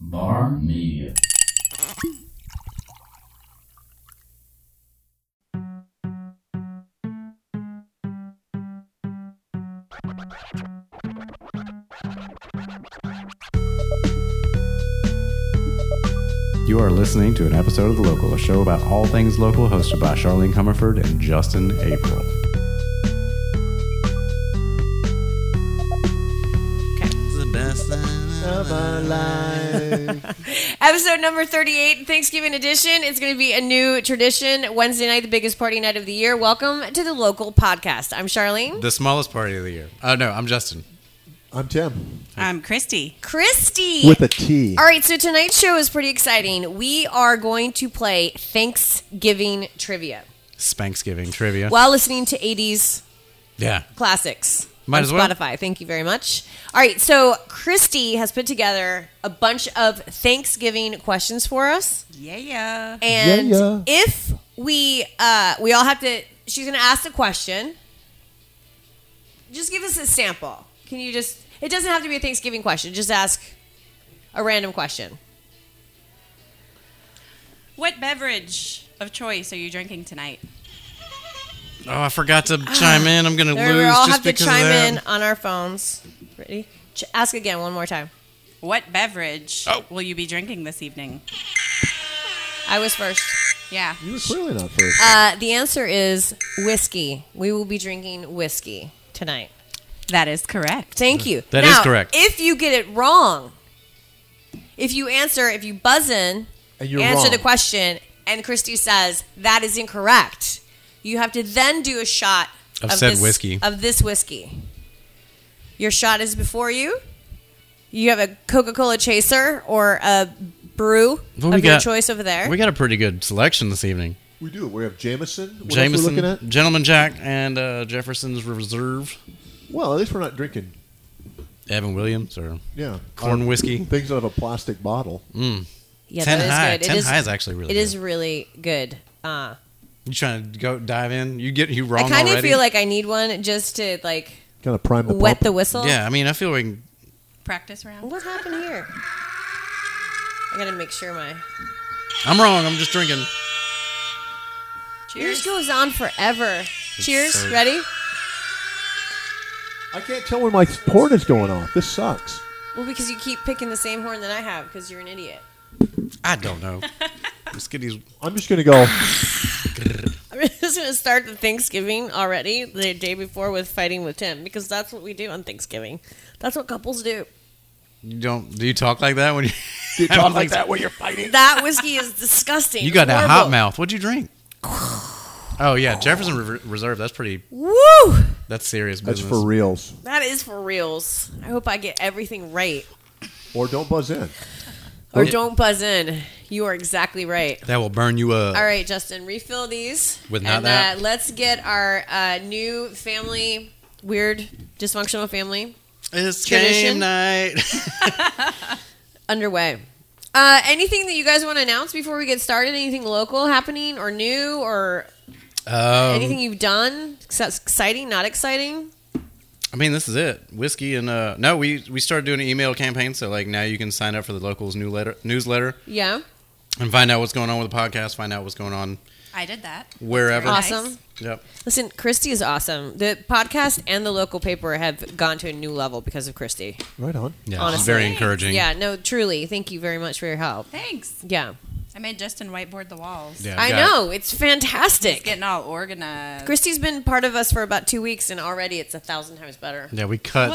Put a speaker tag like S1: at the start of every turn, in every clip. S1: Bar Media.
S2: You are listening to an episode of The Local, a show about all things local, hosted by Charlene Comerford and Justin April.
S3: Episode number 38, Thanksgiving edition. It's going to be a new tradition. Wednesday night, the biggest party night of the year. Welcome to the local podcast. I'm Charlene.
S2: The smallest party of the year. Oh, no, I'm Justin.
S4: I'm Tim
S5: I'm Christy.
S3: Christy.
S4: with a T.
S3: All right, so tonight's show is pretty exciting. We are going to play Thanksgiving trivia
S2: Spanksgiving trivia.
S3: while listening to 80s
S2: yeah.
S3: classics.
S2: Might
S3: on
S2: as well.
S3: Spotify. Thank you very much. All right, so Christy has put together a bunch of Thanksgiving questions for us.
S5: Yeah, yeah.
S3: And
S4: Yeah, yeah.
S3: if we uh we all have to she's gonna ask the question. Just give us a sample. Can you just it doesn't have to be a Thanksgiving question, just ask a random question.
S5: What beverage of choice are you drinking tonight?
S2: Oh, I forgot to chime in. I'm going to
S3: Remember,
S2: lose
S3: Ah, we all
S2: just
S3: have to
S2: because
S3: chime
S2: of that.
S3: in on our phones. Ready? Ch- ask again one more time.
S5: What beverage
S2: Oh.
S5: will you be drinking this evening?
S3: I was first.
S5: Yeah.
S4: You were clearly not first.
S3: Uh, the answer is whiskey. We will be drinking whiskey tonight.
S5: That is correct.
S3: Thank you.
S2: That
S3: That
S2: is
S3: is
S2: correct.
S3: If you get it wrong, if you answer, if you buzz in,
S4: And you're
S3: answer
S4: wrong.
S3: the question, and Christy says that is incorrect, you have to then do a shot
S2: Of said
S3: this,
S2: whiskey.
S3: Of this whiskey, your shot is before you. You have a Coca-Cola chaser or a brew
S2: What we
S3: of your
S2: got?
S3: choice over there.
S2: We got a pretty good selection this evening.
S4: we do. We have Jameson. What else are we
S2: Jameson,
S4: looking at?
S2: Gentleman Jack, and uh, Jefferson's Reserve.
S4: Well, at least we're not drinking.
S2: Evan Williams or
S4: Yeah,
S2: corn
S4: Um,
S2: whiskey.
S4: Things out of a plastic bottle.
S3: yeah,
S2: Ten
S3: that is
S2: High.
S3: good. It
S2: Ten
S3: is-
S2: High is actually really
S3: It
S2: good.
S3: is really good. Uh,
S2: You trying to go dive in? You get you wrong
S3: I kind of
S2: already?
S3: feel like I need one just to like
S4: Kind of prime the
S3: wet the
S4: pump.
S3: whistle.
S2: Yeah, I mean, I feel we can
S5: Practice round.
S3: What happened here? I gotta make sure my
S2: I'm wrong. I'm just drinking.
S3: yours
S5: Cheers.
S3: goes on forever. Cheers.
S2: so-
S3: Ready?
S4: I can't tell when my horn is going off. This sucks.
S3: Well, because you keep picking the same horn that I have, because you're an idiot.
S2: I don't know. Let's get these.
S4: I'm just gonna go.
S3: I'm just gonna start the Thanksgiving already the day before with fighting with Tim because that's what we do on Thanksgiving. That's what couples do.
S2: You don't. Do you talk like that when you?
S4: Do you
S2: I don't
S4: talk like
S2: think so.
S4: that when you're fighting?
S3: That whiskey is disgusting.
S2: You got that
S3: Horrible.
S2: hot mouth. What'd you drink? Oh yeah, Jefferson Re- Reserve. That's pretty.
S3: Woo!
S2: That's serious
S4: That's
S2: business.
S4: for reals.
S3: That is for reals. I hope I get everything right.
S4: Or don't buzz in.
S3: Or
S2: Yeah.
S3: don't buzz in. You are exactly right.
S2: that will burn you up.
S3: All right, Justin, refill these.
S2: With not
S3: and,
S2: that.
S3: Uh, let's get our uh, new family, weird, dysfunctional family,
S2: It's game
S3: Tradition.
S2: night.
S3: underway. Uh, anything that you guys want to announce before we get started? Anything local happening or new or
S2: Um,
S3: anything you've done? Ex- Exciting, not exciting?
S2: I mean, this is it. Whiskey and uh, no, we we started doing an email campaign. So like now you can sign up for the locals newsletter newsletter
S3: Yeah.
S2: and find out what's going on with the podcast. Find out what's going on
S5: I did that.
S2: wherever.
S5: Nice.
S3: Awesome.
S2: Yep.
S3: Listen, Christy is awesome. The podcast and the local paper have gone to a new level because of Christy.
S4: Right on.
S2: Yeah.
S3: Honestly.
S2: It's very encouraging.
S3: Yeah, no, truly. Thank you very much for your help.
S5: Thanks.
S3: Yeah.
S5: I made Justin whiteboard the walls.
S2: Yeah,
S3: I
S2: got it.
S3: know. It's fantastic.
S5: Getting all organized.
S3: Christy's been part of us for about two weeks, and already it's a thousand times better.
S2: Yeah, we cut.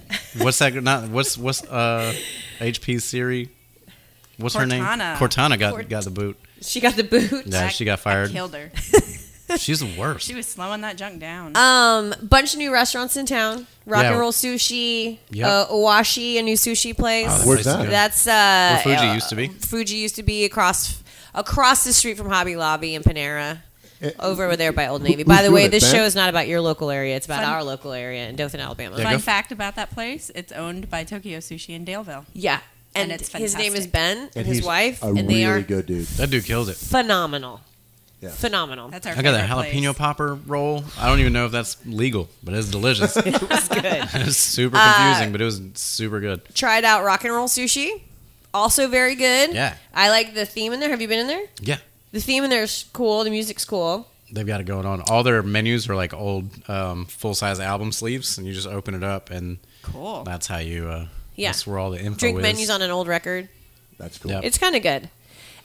S5: what?
S2: What's that? Not what's what's uh HP Siri? What's her name?
S5: Cortana.
S2: Cortana got
S3: Cort-
S2: got the boot.
S3: She got the boot.
S2: Yeah, she got fired.
S5: I killed her.
S2: She's the worst.
S5: She was slowing that junk down.
S3: Um, bunch of new restaurants in town. Rock
S2: Yeah.
S3: and Roll Sushi,
S2: Yep.
S3: uh, Owashi, a new sushi place.
S2: Oh, place
S4: Where's
S2: is
S4: that?
S2: good.
S3: Ah, That's uh,
S2: Where Fuji
S3: uh,
S2: used to be.
S3: Fuji used to be across across the street from Hobby Lobby and Panera.
S4: Eh,
S3: Over there by Old
S4: who-
S3: Navy.
S4: who's
S3: By the
S4: doing
S3: way,
S4: it,
S3: this
S4: Ben?
S3: show is not about your local area. It's about
S5: Fun-
S3: our local area in Dothan, Alabama.
S2: Yeah,
S3: Yeah.
S2: go
S5: Fun
S2: f-
S5: fact about that place: it's owned by Tokyo Sushi in Daleville.
S3: And,
S5: And it's
S3: his name is
S5: fantastic.
S3: Ben and, his
S4: he's
S3: wife.
S4: a
S3: and
S4: really
S3: they are
S4: good dude.
S2: That dude kills it.
S3: phenomenal.
S4: Yeah.
S3: Phenomenal.
S5: That's our.
S2: I got that
S5: favorite
S2: jalapeno
S5: place.
S2: popper roll. I don't even know if that's legal, but it's delicious.
S3: That's good.
S5: Uh,
S2: it's super confusing, but it was super good.
S3: tried out rock and roll sushi. also very good.
S2: Yeah.
S3: I like the theme in there. Have you been in there?
S2: Yeah.
S3: The theme in there is cool. The music's cool.
S2: They've got it going on. All their menus are like old um, full size album sleeves, and you just open it up, and
S5: Cool.
S2: that's how you. Uh,
S3: Yeah.
S2: That's where all the info
S3: Drink
S2: is.
S3: menus on an old record.
S4: That's cool.
S2: Yep.
S3: It's kind of good.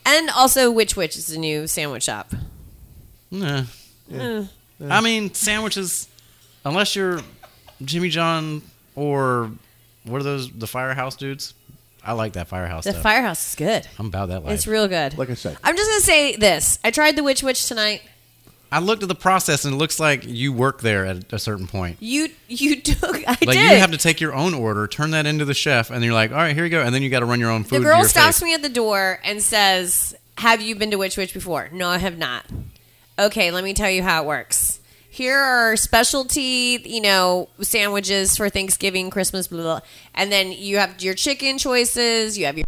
S3: And also, Witch Witch is a new sandwich shop.
S2: Nah. I mean, sandwiches, unless you're Jimmy John or what are those, the firehouse dudes? I like that firehouse
S3: The
S2: stuff.
S3: firehouse is good.
S2: I'm about that life.
S3: It's real good.
S4: Like I said,
S3: I'm just gonna say this. I tried the Witch Witch tonight.
S2: I looked at the process and it looks like you work there at a certain point.
S3: You you took. I
S2: Like
S3: did.
S2: you have to take your own order, turn that into the chef, and you're like, all right, here you go. And then you got to run your own food. to
S3: the girl
S2: your
S3: stops
S2: face.
S3: me at the door and says, "Have you been to Witch Witch before?" No, I have not. Okay, let me tell you how it works. Here are specialty, you know, sandwiches for Thanksgiving, Christmas, blah, blah, blah. and then you have your chicken choices. You have your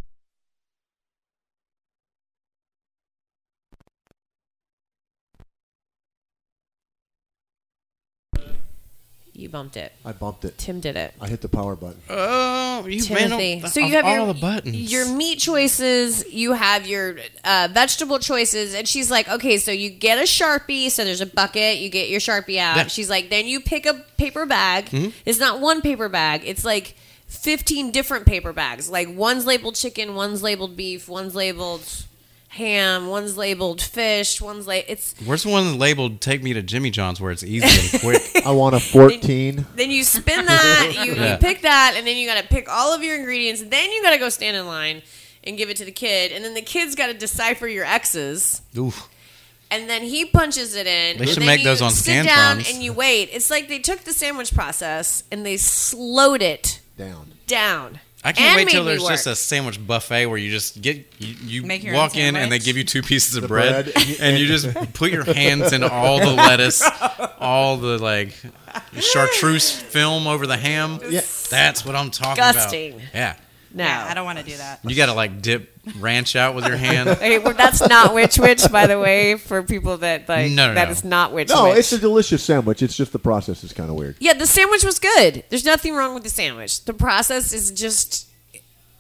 S3: You bumped it.
S4: I bumped it.
S3: Tim did it.
S4: I hit the power button.
S2: Oh, you
S3: Timothy.
S2: man!
S3: so you have
S2: all
S3: your,
S2: the buttons.
S3: your meat choices, you have your uh, vegetable choices, and she's like, okay, so you get a sharpie. So there's a bucket. You get your sharpie out.
S2: Yeah. Mm-hmm.
S3: She's like, then you pick a paper bag. It's not one paper bag. It's like. 15 different paper bags. Like one's labeled chicken, one's labeled beef, one's labeled ham, one's labeled fish, one's like it's
S2: Where's the one labeled "Take Me to Jimmy John's" where it's easy and quick?
S4: I want a 14.
S3: Then you spin that, you,
S2: Yeah.
S3: you pick that, and then you gotta pick all of your ingredients. And then you gotta go stand in line and give it to the kid. And then the kid's gotta decipher your X's.
S2: Oof.
S3: And then he punches it in.
S2: They
S3: and
S2: should
S3: then
S2: make
S3: you
S2: those on
S3: Sit down
S2: Scantrons.
S3: and you wait. It's like they took the sandwich process and they slowed it
S4: Down.
S3: down.
S2: I can't
S3: And
S2: wait till
S3: made me
S2: there's just
S3: work.
S2: a sandwich buffet where you just get you,
S5: Make
S2: you
S5: your
S2: walk
S5: own
S2: in and they
S5: sandwich.
S2: give you two pieces of
S4: The
S2: bread,
S4: bread.
S2: and you just put your hands in all the lettuce, all the like chartreuse film over the ham.
S4: Yeah.
S2: That's what I'm talking
S3: Disgusting.
S2: about. Yeah.
S3: no.
S5: Yeah, I don't want to do that.
S2: You got to like dip ranch out with your hand.
S3: Okay, well, that's not witch witch, by the way, for people that like
S2: No, no,
S3: that
S2: no.
S3: is not witch
S4: No,
S3: witch.
S4: it's a delicious sandwich. It's just the process is kind of weird.
S3: Yeah, the sandwich was good. There's nothing wrong with the sandwich. The process is just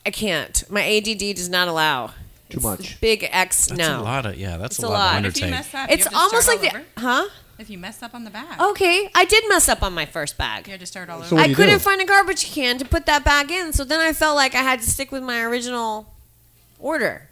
S3: I can't. My ADD does not allow.
S4: Too much.
S3: Big X
S2: That's
S3: no.
S2: a lot of yeah. That's
S3: It's
S2: a
S3: a
S2: lot, of
S3: lot. If
S5: If you
S2: undertaking.
S5: mess up,
S3: It's
S5: you have to
S3: almost
S5: start
S3: like
S5: all
S3: the
S5: over.
S3: Huh?
S5: If you mess up on the back,
S3: Okay. I did mess up on my first bag.
S5: you have to start all
S4: So
S5: over.
S4: what
S3: I
S4: do you
S3: couldn't
S4: do?
S3: find a garbage can to put that back in, so then I felt like I had to stick with my original order.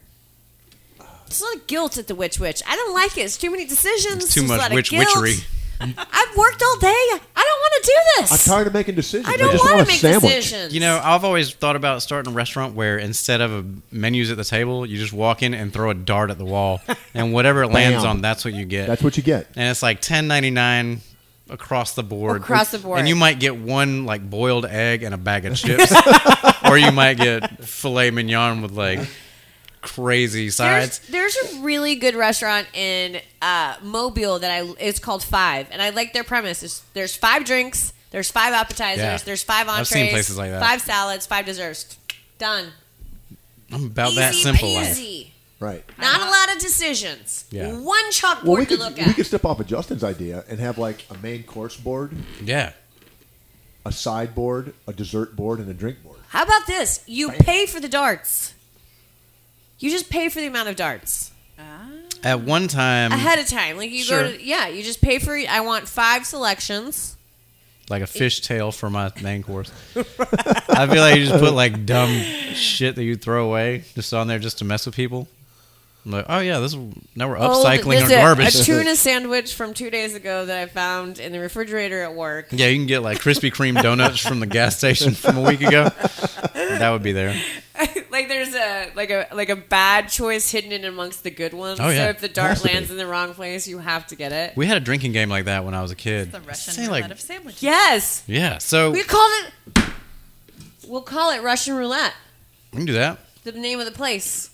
S3: It's a lot of guilt at the witch witch. I don't like it. It's too many decisions.
S2: It's too
S3: There's a
S2: much
S3: lot of
S2: witch
S3: guilt.
S2: witchery.
S3: I've worked all day. I don't want to do this.
S4: I'm tired of making decisions.
S3: I don't
S4: just want
S3: want
S4: a
S3: to make
S4: sandwich.
S3: decisions.
S2: You know, I've always thought about starting a restaurant where instead of a menus at the table, you just walk in and throw a dart at the wall, and whatever it lands
S4: Bam.
S2: on, that's what you get.
S4: That's what you get.
S2: and it's like ten ninety nine across the board.
S3: Across the board.
S2: and you might get one like boiled egg and a bag of chips, or you might get filet mignon with like crazy
S3: There's,
S2: sides.
S3: there's a really good restaurant in uh, Mobile that I it's called Five, and I like their premise. It's, there's five drinks, there's five appetizers,
S2: Yeah.
S3: there's five
S2: I've
S3: entrees,
S2: seen places like that.
S3: five salads, five desserts. Done.
S2: I'm about
S3: easy,
S2: that simple. Life.
S3: easy.
S4: Right.
S3: Not a lot of decisions.
S2: Yeah.
S3: One chalkboard
S4: Well, we
S3: to
S4: could,
S3: look
S4: we
S3: at.
S4: could step off of Justin's idea and have like a main course board,
S2: Yeah.
S4: a side board, a dessert board, and a drink board.
S3: How about this? You pay for the darts. You just pay for the amount of darts
S2: At one time,
S3: ahead of time. Like you
S2: Sure.
S3: go to yeah, you just pay for. I want five selections.
S2: like a fish tail for my main course. I feel like you just put like dumb shit that you throw away just on there just to mess with people. I'm like, oh yeah, this is, now we're
S3: old-
S2: upcycling
S3: there's
S2: our
S3: a-
S2: garbage.
S3: A tuna sandwich from two days ago that I found in the refrigerator at work.
S2: yeah, you can get like Krispy Kreme donuts from the gas station from a week ago. That would be there.
S3: like there's a like a like a bad choice hidden in amongst the good ones.
S2: Oh, yeah.
S3: So if the dart
S4: Has to be.
S3: lands in the wrong place, you have to get it.
S2: We had a drinking game like that when I was a kid.
S5: The Russian
S2: Say,
S5: roulette
S2: like,
S5: of sandwiches.
S3: yes,
S2: yeah, so
S3: we
S2: we
S3: called it. We'll call it Russian roulette.
S2: can do that.
S3: The name of the place.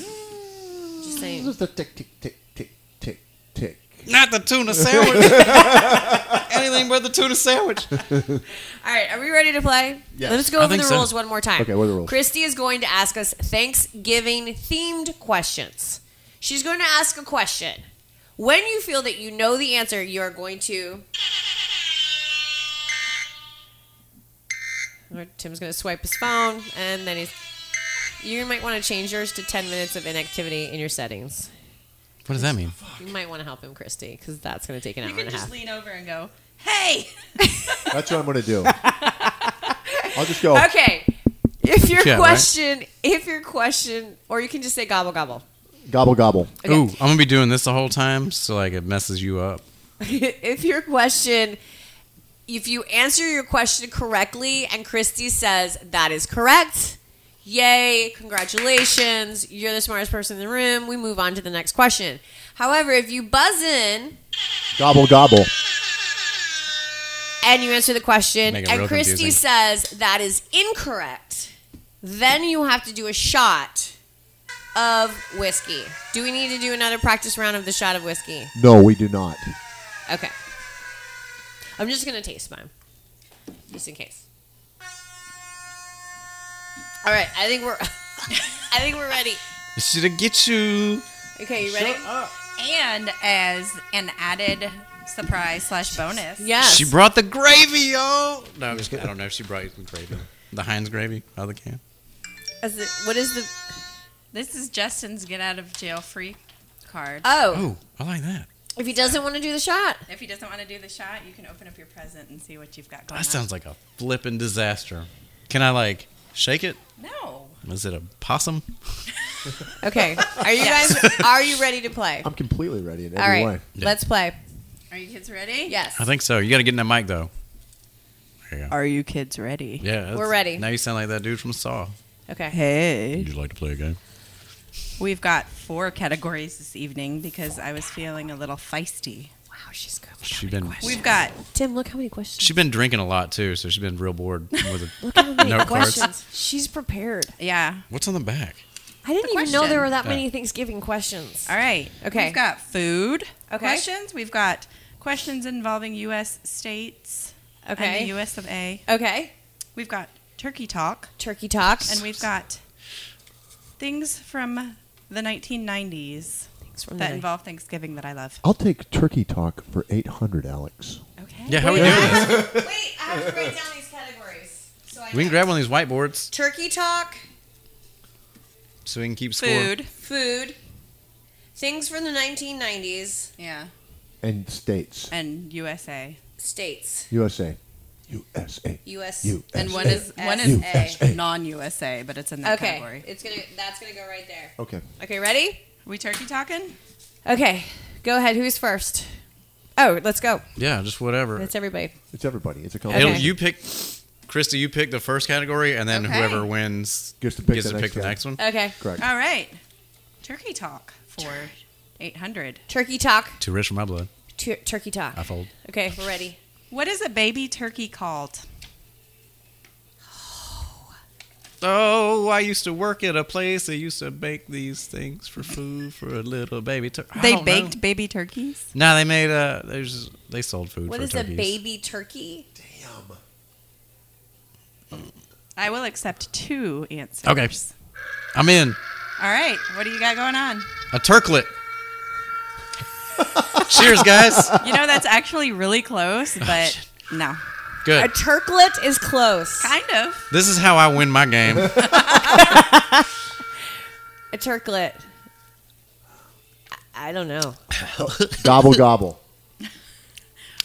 S3: Just saying.
S4: Just a tick, tick, tick, tick, tick, tick.
S2: Not the tuna sandwich. Anything but the tuna sandwich.
S3: All right, are we ready to play?
S4: Yes.
S3: Let's go
S2: I
S3: over
S2: think
S3: the
S2: so.
S3: rules one more time.
S4: Okay, what are the rules?
S3: Christy is going to ask us Thanksgiving themed questions. She's going to ask a question. When you feel that you know the answer, you are going to. Tim's going to swipe his phone, and then he's. You might want to change yours to 10 minutes of inactivity in your settings.
S2: What does that mean?
S3: You might want to help him, Christy, because that's going to take an
S5: You
S3: hour and
S5: can
S3: a half.
S5: just lean over and go, "Hey,
S4: That's what I'm going to do. I'll just go.
S3: Okay. If your
S2: Yeah, right.
S3: question, if your question, or you can just say gobble gobble.
S4: Gobble gobble.
S3: Okay.
S2: Ooh, I'm gonna be doing this the whole time, so like it messes you up.
S3: if your question, if you answer your question correctly and Christy says that is correct, yay, congratulations, you're the smartest person in the room, we move on to the next question. However, if you buzz in
S4: Gobble gobble.
S3: and you answer the question
S2: Make it
S3: and
S2: real
S3: Christy
S2: confusing.
S3: says that is incorrect, then you have to do a shot of whiskey. Do we need to do another practice round of the shot of whiskey?
S4: No, we do not.
S3: Okay. I'm just gonna taste mine, just in case. All right, I think we're, I think we're ready.
S2: Should I get you?
S3: Okay, you ready?
S5: And as an added surprise slash bonus,
S3: Yes.
S2: She brought the gravy, y'all. No, I'm just kidding. I don't know if she brought you the gravy. The Heinz gravy out of the can.
S3: As the- what is the?
S5: this is Justin's get out of jail free card.
S3: Oh,
S2: Oh, I like that.
S3: if he doesn't want to do the shot,
S5: if he doesn't want to do the shot, you can open up your present and see what you've got going
S2: That
S5: on.
S2: sounds like a flippin' disaster. Can I like shake it?
S5: No.
S2: Is it a possum?
S3: okay. Are you guys? Are you ready to play?
S4: I'm completely ready in every
S3: All right,
S4: way.
S3: let's play.
S5: Are you kids ready?
S3: Yes.
S2: I think so. You got to get in that mic though. There you go.
S6: Are you kids ready?
S2: Yeah, that's-
S3: We're ready.
S2: Now you sound like that dude from Saw.
S3: Okay.
S6: Hey.
S2: you like to play a game?
S5: We've got four categories this evening because I was feeling a little feisty.
S3: Wow, she's good.
S2: She been
S5: We've got
S3: Tim, look how many questions.
S2: she been drinking a lot too, so she's been real bored with it.
S3: Look how many
S2: No cards.
S3: questions. She's prepared.
S5: yeah.
S2: What's on the back?
S3: I didn't
S5: The
S3: even know there
S5: question.
S3: were that many
S2: Yeah.
S3: Thanksgiving questions.
S5: All right.
S3: Okay.
S5: We've got food
S3: Okay.
S5: questions. We've got questions involving U.S. states and
S3: Okay.
S5: the U.S. of A.
S3: Okay.
S5: We've got turkey talk.
S3: Turkey talk.
S5: And we've got things from the 1990s
S3: Thanks for
S5: that involve Thanksgiving that I love.
S4: I'll take turkey talk for 800, Alex.
S5: Okay.
S2: Yeah, how we doing this?
S3: Wait, I have to write down these categories. So I
S2: We can grab one of these whiteboards
S3: turkey talk,
S2: so we can keep score.
S5: Food.
S3: food, things from the 1990s,
S5: Yeah.
S4: And states.
S5: And USA.
S3: states,
S4: USA. USA.
S3: U.S.
S4: USA.
S5: And one is one is
S4: USA.
S5: A, non-USA, but it's in that
S3: okay,
S5: category.
S3: it's gonna that's gonna go right there.
S4: Okay.
S3: Okay, ready?
S5: We turkey talking?
S3: Okay, go ahead. Who's first? Oh, let's go.
S2: Yeah, just whatever.
S3: That's everybody.
S4: It's everybody. It's a
S2: It'll,
S4: competition.
S2: you pick, Christy. You pick the first category, and then
S5: Okay.
S2: whoever wins
S4: Gets to pick
S2: gets
S4: the
S2: to
S4: next
S2: pick the
S4: guy.
S2: next one.
S3: Okay,
S4: Correct.
S5: All right. Turkey talk for 800.
S3: turkey talk,
S2: Too rich for my blood.
S3: tu- turkey talk.
S2: I fold.
S3: Okay, we're ready.
S5: What is a baby turkey called?
S2: Oh, I used to work at a place that used to bake these things for food for a little baby turkey.
S5: They baked baby turkeys?
S2: No, they made uh, they just they sold food.
S3: What
S2: for
S3: is
S2: turkeys.
S3: a baby turkey?
S5: I will accept two answers.
S2: Okay. I'm in
S5: All right. What do you got going on?
S2: a turklet. Cheers, guys.
S5: You know that's actually really close, but
S2: Oh, shit.
S5: no.
S3: A
S2: Good.
S3: turklet is close.
S5: Kind of.
S2: This is how I win my game.
S3: A turklet. I, I don't know.
S4: gobble gobble.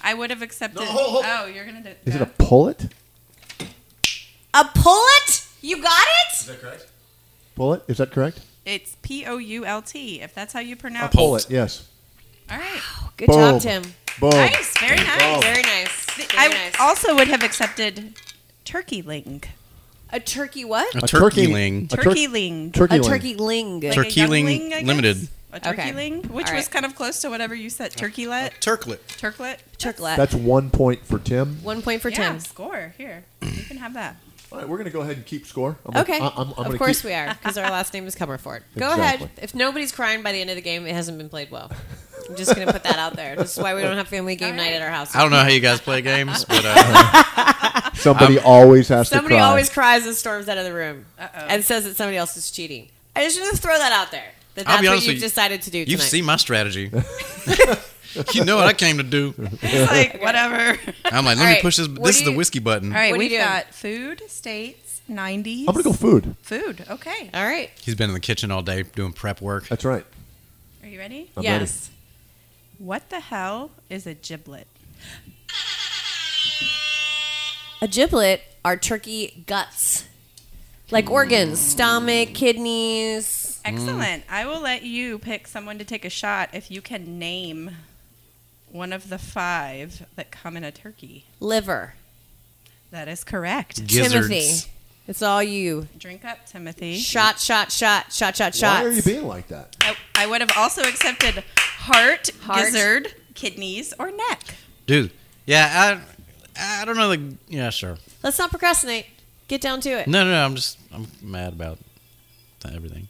S5: I would have accepted. Oh, you're gonna do.
S4: Is it a
S5: go.
S4: pullet?
S3: A pullet? You got it?
S4: Pullet? Is that correct?
S5: It's P O U L T. If that's how you pronounce.
S2: pol-
S4: Pullet. Yes.
S5: All right.
S3: Good
S4: Boom.
S3: job, Tim.
S4: Boom.
S5: Nice. Very nice.
S3: Very nice.
S5: I
S3: Very nice.
S5: also would have accepted turkey ling.
S3: a turkey what?
S2: A
S4: A turkey-
S2: turkey ling.
S4: A tur-
S5: Turkey ling.
S4: Turkey.
S3: a
S4: leg.
S3: turkey ling.
S5: Like a
S2: Turkey
S5: young
S2: ling
S5: I guess?
S2: limited.
S5: A turkey
S3: Okay.
S5: ling, which
S3: All
S5: was
S3: right.
S5: kind of close to whatever you said. Turkey let.
S2: Turklet.
S5: Turklet.
S3: Turklet.
S4: That's one point for Tim.
S3: One point for
S5: yeah,
S3: Tim.
S5: score here. You can have that.
S4: All right, we're going to go ahead and keep score. I'm
S3: Okay.
S4: Gonna, I- I'm, I'm gonna
S3: of course
S4: keep,
S3: we are, because our last name is Comerford. Go
S4: Exactly.
S3: ahead. If nobody's crying by the end of the game, it hasn't been played well. I'm just going to put that out there. This is why we don't have family game night at our house.
S2: I don't know how you guys play games, but uh,
S4: Somebody always has
S3: Somebody
S4: to cry.
S3: always cries and storms out of the room
S5: Uh-oh.
S3: and says that somebody else is cheating. I just want to throw that out there. That
S2: I'll
S3: that's
S2: be
S3: what
S2: honest
S3: you've
S2: with you.
S3: decided to do tonight.
S2: you've seen my strategy. you know what I came to do.
S5: It's like whatever. All
S2: I'm like, let me
S3: All right.
S2: push this.
S3: What
S2: This
S3: do
S2: is the
S3: you-
S2: whiskey button.
S5: right,
S3: What do you
S5: we've
S3: do?
S5: got food, states, 90s.
S4: I'm gonna go food.
S5: Food. Okay.
S3: All right.
S2: He's been in the kitchen all day doing prep work.
S4: That's right.
S5: Are you ready?
S4: I'm ready.
S3: yes.
S5: What the hell is a giblet?
S3: Mm. A giblet are turkey guts, like organs, stomach, kidneys.
S5: Excellent. I will let you pick someone to take a shot if you can name one of the five that come in a turkey.
S3: liver.
S5: That is correct.
S4: Mm.
S2: Gizzards.
S3: Timothy. It's all you.
S5: Drink up, Timothy.
S3: Shot, shot, shot, shot, shot, shot.
S4: Why are you being like that?
S5: I, I would have also accepted heart,
S3: Heart.
S5: gizzard, kidneys, or neck.
S2: Dude, yeah, I, I don't know the. Yeah, sure.
S3: Let's not procrastinate. Get down to it.
S2: No, no, no, I'm just, I'm mad about th- everything.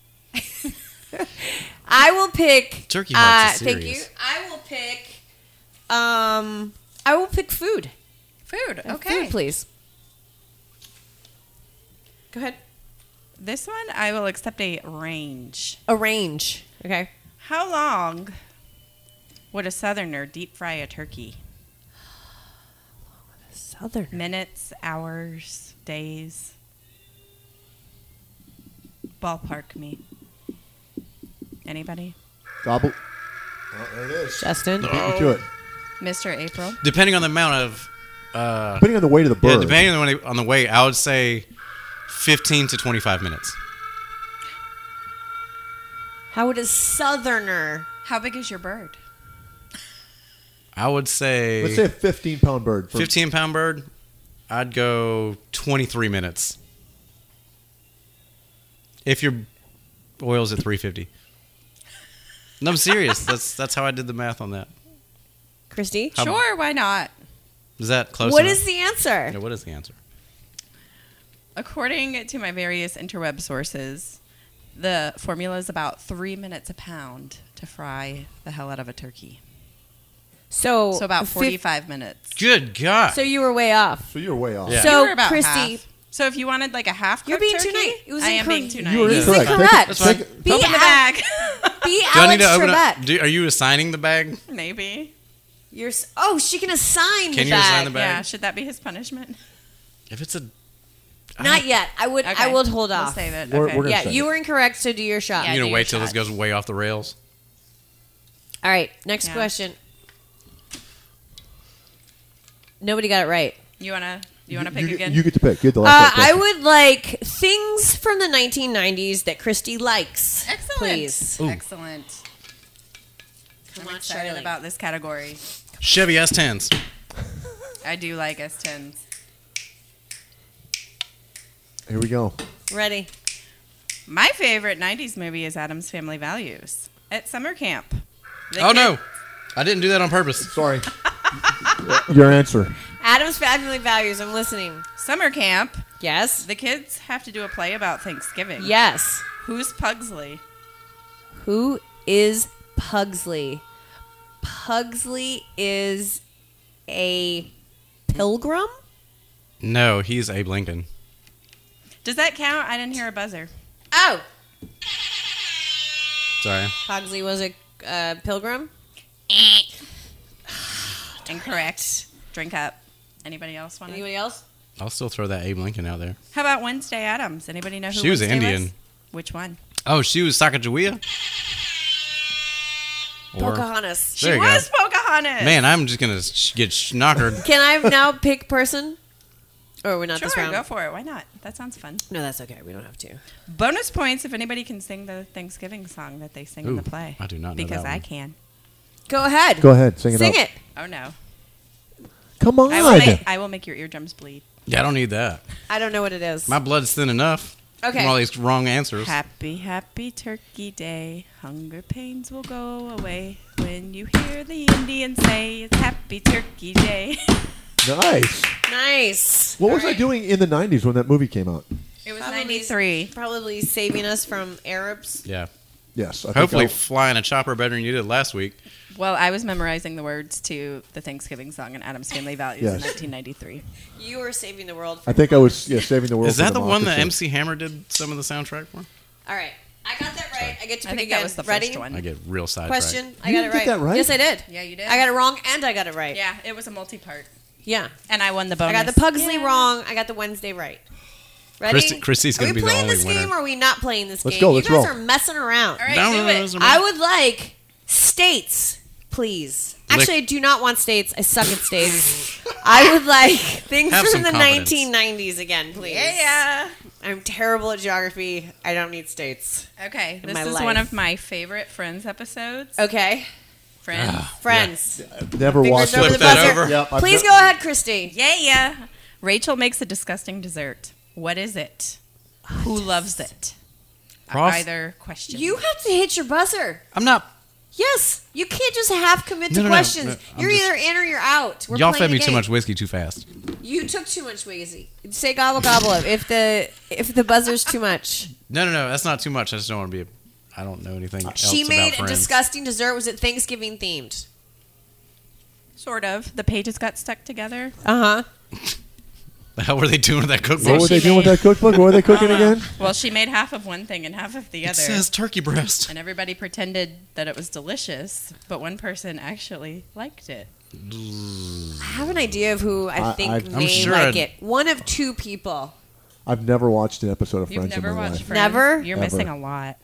S3: I will pick
S2: Turkey hearts
S3: uh,
S2: is
S3: Thank you.
S2: serious.
S3: I will pick. Um, I will pick food.
S5: Food.
S3: Uh,
S5: Okay.
S3: food, please. Go ahead.
S5: This one I will accept a range.
S3: Arrange. Okay.
S5: How long would a southerner deep fry a turkey?
S3: Southern.
S5: Minutes, hours, days? Ballpark me. Anybody?
S4: Gobble. Oh, there it is.
S3: Justin.
S4: Beat me to it.
S5: Mr. April?
S2: Depending on the amount of, uh,
S4: Depending on the weight of the bird.
S2: yeah, depending on the, on the way, I would say 15 to 25 minutes.
S3: How would a southerner?
S5: How big is your bird?
S2: I would say,
S4: Let's say a 15 pound bird. For,
S2: 15 pound bird, I'd go 23 minutes. If your oil's at 350. No, I'm serious. that's that's how I did the math on that.
S3: Christy.
S2: How-
S5: Sure, why not?
S2: Is that close?
S3: What
S2: enough?
S3: is the answer?
S2: Yeah, what is the answer?
S5: According to my various interweb sources, the formula is about three minutes a pound to fry the hell out of a turkey.
S3: So,
S5: So about
S3: fif-
S5: 45 minutes.
S2: Good God!
S3: So you were way off.
S4: so you're way off.
S2: Yeah.
S3: So
S5: You were about
S3: Christy,
S5: half. So if you wanted like a half,
S3: You're
S5: cooked
S3: being too
S5: turkey,
S3: nice. It was
S5: I am
S3: incorrect.
S5: being too
S4: You were
S5: nice.
S3: This is
S4: incorrect.
S3: correct.
S4: Take, take,
S3: Be,
S5: Open the
S3: Al-
S5: bag.
S3: be
S2: Do I need
S3: Alex
S2: to open
S3: Trebek.
S2: up? Do, are you assigning the bag?
S5: Maybe.
S3: You're s- oh, she can assign
S2: Can
S3: the
S2: you
S3: bag.
S2: assign the bag?
S5: Yeah. Should that be his punishment?
S2: If it's a
S3: Not yet. I would. I
S5: Okay.
S3: would hold
S5: We'll
S3: off.
S5: save it.
S4: We're-
S5: okay.
S4: we're gonna-
S3: Yeah,
S4: Save
S3: you
S4: it.
S3: were incorrect. So do your shot.
S5: Yeah,
S2: you
S5: do
S2: know, wait
S5: your
S2: till this
S5: shot.
S2: goes way off the rails.
S3: All right. Next
S5: Yeah.
S3: question. Nobody got it right.
S5: You wanna you wanna
S4: You-
S5: pick
S4: you,
S5: again?
S4: You get to pick. Get the
S3: Uh,
S4: last
S3: I
S4: question.
S3: would like things from the 1990s that Christy likes.
S5: Excellent.
S3: Please.
S5: Excellent.
S3: Come
S5: I'm
S3: on,
S5: excited
S3: Charlie.
S5: about this category.
S2: Chevy S10s.
S5: I do like S10s.
S4: Here we go.
S3: Ready?
S5: My favorite 90s movie is Adam's Family Values. At summer camp. The
S2: Oh
S5: kid-
S2: no, I didn't do that on purpose.
S4: Sorry. Your answer.
S3: Adam's Family Values. I'm listening.
S5: Summer camp.
S3: Yes.
S5: The kids have to do a play about Thanksgiving.
S3: Yes.
S5: Who's Pugsley?
S3: Who is Pugsley? Pugsley is a pilgrim?
S2: No, he's Abe Lincoln.
S5: Does that count? I didn't hear a buzzer.
S3: Oh,
S2: Sorry.
S3: Pugsley was a uh, pilgrim?
S5: Incorrect. Drink up. Anybody else want to?
S3: Anybody else?
S2: I'll still throw that Abe Lincoln out there.
S5: How about Wednesday Adams? Anybody know who
S2: She was
S5: Wednesday
S2: Indian.
S5: was? Which one?
S2: Oh, she was Sacagawea. Or,
S3: Pocahontas.
S2: there
S5: she
S2: you
S5: was
S2: go.
S5: Pocahontas.
S2: Man, I'm just gonna sh- get schnockered.
S3: Can I now pick person? Or we're not
S5: sure,
S3: this round?
S5: go for it. Why not? That sounds fun.
S3: no, that's okay. We don't have to.
S5: Bonus points if anybody can sing the Thanksgiving song that they sing in
S2: Ooh,
S5: the play.
S2: I do not know
S5: because
S2: that
S5: I
S2: one.
S5: can.
S3: Go ahead.
S4: Go ahead. Sing it
S3: Sing
S4: out.
S3: it.
S5: Oh no!
S4: Come on.
S5: I will, make, I will make your eardrums bleed.
S2: yeah, I don't need that.
S3: I don't know what it is.
S2: My blood's thin enough.
S3: Okay.
S2: From all these wrong answers.
S5: Happy, happy Turkey Day. Hunger pains will go away when you hear the Indians say it's Happy Turkey Day.
S4: Nice.
S3: nice.
S4: What was I doing in the 90s when that movie came out?
S5: It was
S3: Probably-
S5: ninety three.
S3: Probably saving us from Arabs.
S2: Yeah.
S4: Yes. I think
S2: Hopefully,
S4: I-
S2: flying a chopper better than you did last week.
S5: Well, I was memorizing the words to the Thanksgiving song in Adam's Family Values in
S4: Yes.
S5: 1993.
S3: You are saving the world.
S4: I think I was yeah, saving the world.
S2: Is
S4: for
S2: that the one that
S4: democracy.
S2: MC Hammer did some of the soundtrack for?
S3: All right. I got that right. I get to
S5: I
S3: pick
S5: think
S3: again.
S5: that was the
S3: Ready?
S5: first one.
S2: I get real sidetracked.
S3: Mm. Question. I
S4: You
S3: got
S4: didn't
S3: it
S4: get
S3: right.
S4: that right?
S3: Yes, I did.
S5: Yeah, you did.
S3: I got it wrong and I got it right.
S5: Yeah, it was a multi-part,
S3: Yeah.
S5: and I won the bonus.
S3: I got the Pugsley
S5: Yeah.
S3: wrong. I got the Wednesday right. Ready?
S2: Christy- Christy's gonna
S3: are
S2: be
S3: we
S2: the
S3: playing
S2: only
S3: this
S2: winner.
S3: game or are we not playing this
S4: Let's
S3: game?
S4: go, let's
S3: you guys
S4: roll.
S3: are messing around.
S5: All right,
S2: No,
S5: do
S2: no, no,
S5: it.
S2: no,
S3: I would like states, please. Actually, I do not want states. I suck at states. I would like things
S2: Have some
S3: from the
S2: confidence.
S3: 1990s again, please.
S5: Yeah.
S3: I'm terrible at geography. I don't need states.
S5: Okay,
S3: In
S5: this
S3: my
S5: is
S3: life.
S5: one of my favorite Friends episodes.
S3: Okay.
S5: Friends.
S3: Friends.
S4: Never watched
S2: Flip
S3: Fingers over the
S4: it.
S2: that
S3: buzzer.
S2: over.
S4: Yep, I've
S3: Please
S4: ne-
S3: go ahead, Christy.
S5: Yeah, yeah. Rachel makes a disgusting dessert. What is it? Who loves it?
S2: Prof-
S5: Either question.
S3: You have to hit your buzzer.
S2: I'm not.
S3: Yes. You can't just half commit
S2: No,
S3: to
S2: no, no,
S3: questions.
S2: no, I'm
S3: you're
S2: just-
S3: either in or you're out. We're
S2: y'all fed
S3: playing a
S2: me too
S3: game.
S2: much whiskey too fast.
S3: You took too much, Wheezy. Say gobble gobble up if the if the buzzer's too much.
S2: No, no, no. That's not too much. I just don't want to be. A, I don't know anything. else
S3: she
S2: about
S3: made a
S2: Friends.
S3: disgusting dessert. Was it Thanksgiving themed?
S5: sort of. The pages got stuck together.
S3: Uh huh.
S2: The hell were they doing with that
S4: What
S2: cookbook?
S4: were
S5: she
S4: they doing with
S5: made-
S4: that cookbook? What were they cooking
S5: I don't know.
S4: again?
S5: Well, she made half of one thing and half of the
S2: It
S5: other.
S2: says turkey breast.
S5: and everybody pretended that it was delicious, but one person actually liked it.
S3: I have an idea of who I
S4: I-
S3: think
S4: I've-
S2: I'm
S3: may
S2: sure
S3: like
S2: I'd-
S3: it. One of two people.
S4: I've never watched an episode of
S5: You've
S4: Friends in
S5: never
S4: my
S5: watched
S4: life.
S5: Friends.
S3: Never?
S5: You're
S4: Never.
S5: missing a lot.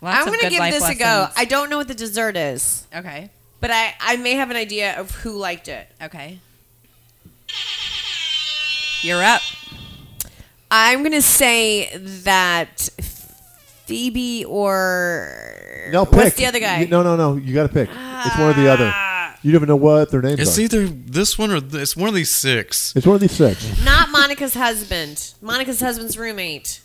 S5: Lots
S3: I'm
S5: of
S3: going to
S5: good
S3: give
S5: life
S3: this a go.
S5: lessons.
S3: I don't know what the dessert is,
S5: okay.
S3: but I, I may have an idea of who liked it.
S5: Okay. You're up.
S3: I'm going to say that Phoebe or.
S4: No, pick.
S3: What's the other guy? Ah.
S4: You- no, no, no. You got to pick. It's one or the other. You don't even know what their names
S2: It's
S4: are.
S2: either this one or th- it's one of these six.
S4: It's one of these six.
S3: Not Monica's husband. Monica's husband's roommate.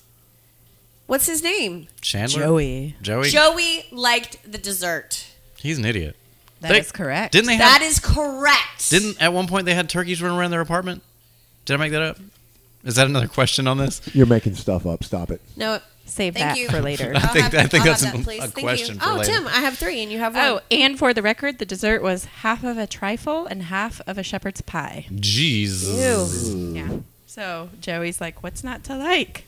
S3: What's his name?
S2: Chandler,
S5: Joey.
S2: Joey.
S3: Joey liked the dessert.
S2: He's an idiot.
S5: That is
S2: They-
S5: correct.
S2: Didn't they have?
S3: That is correct.
S2: didn't at one point they had turkeys running around their apartment? Did I make that up? Is that another question on this?
S4: You're making stuff up. Stop it.
S3: No,
S5: Save
S3: Thank
S5: that
S3: you.
S5: for later.
S2: I
S3: I'll
S2: think-
S3: have-
S2: I think
S3: I'll
S2: that's
S3: have
S2: a-
S3: that, please.
S2: a
S3: Thank
S2: question
S3: you.
S2: for
S3: oh,
S2: later.
S3: Tim, I have three and you have one.
S5: Oh, and for the record, the dessert was half of a trifle and half of a shepherd's pie.
S2: Jeez.
S5: Yeah. So Joey's like, "What's not to like?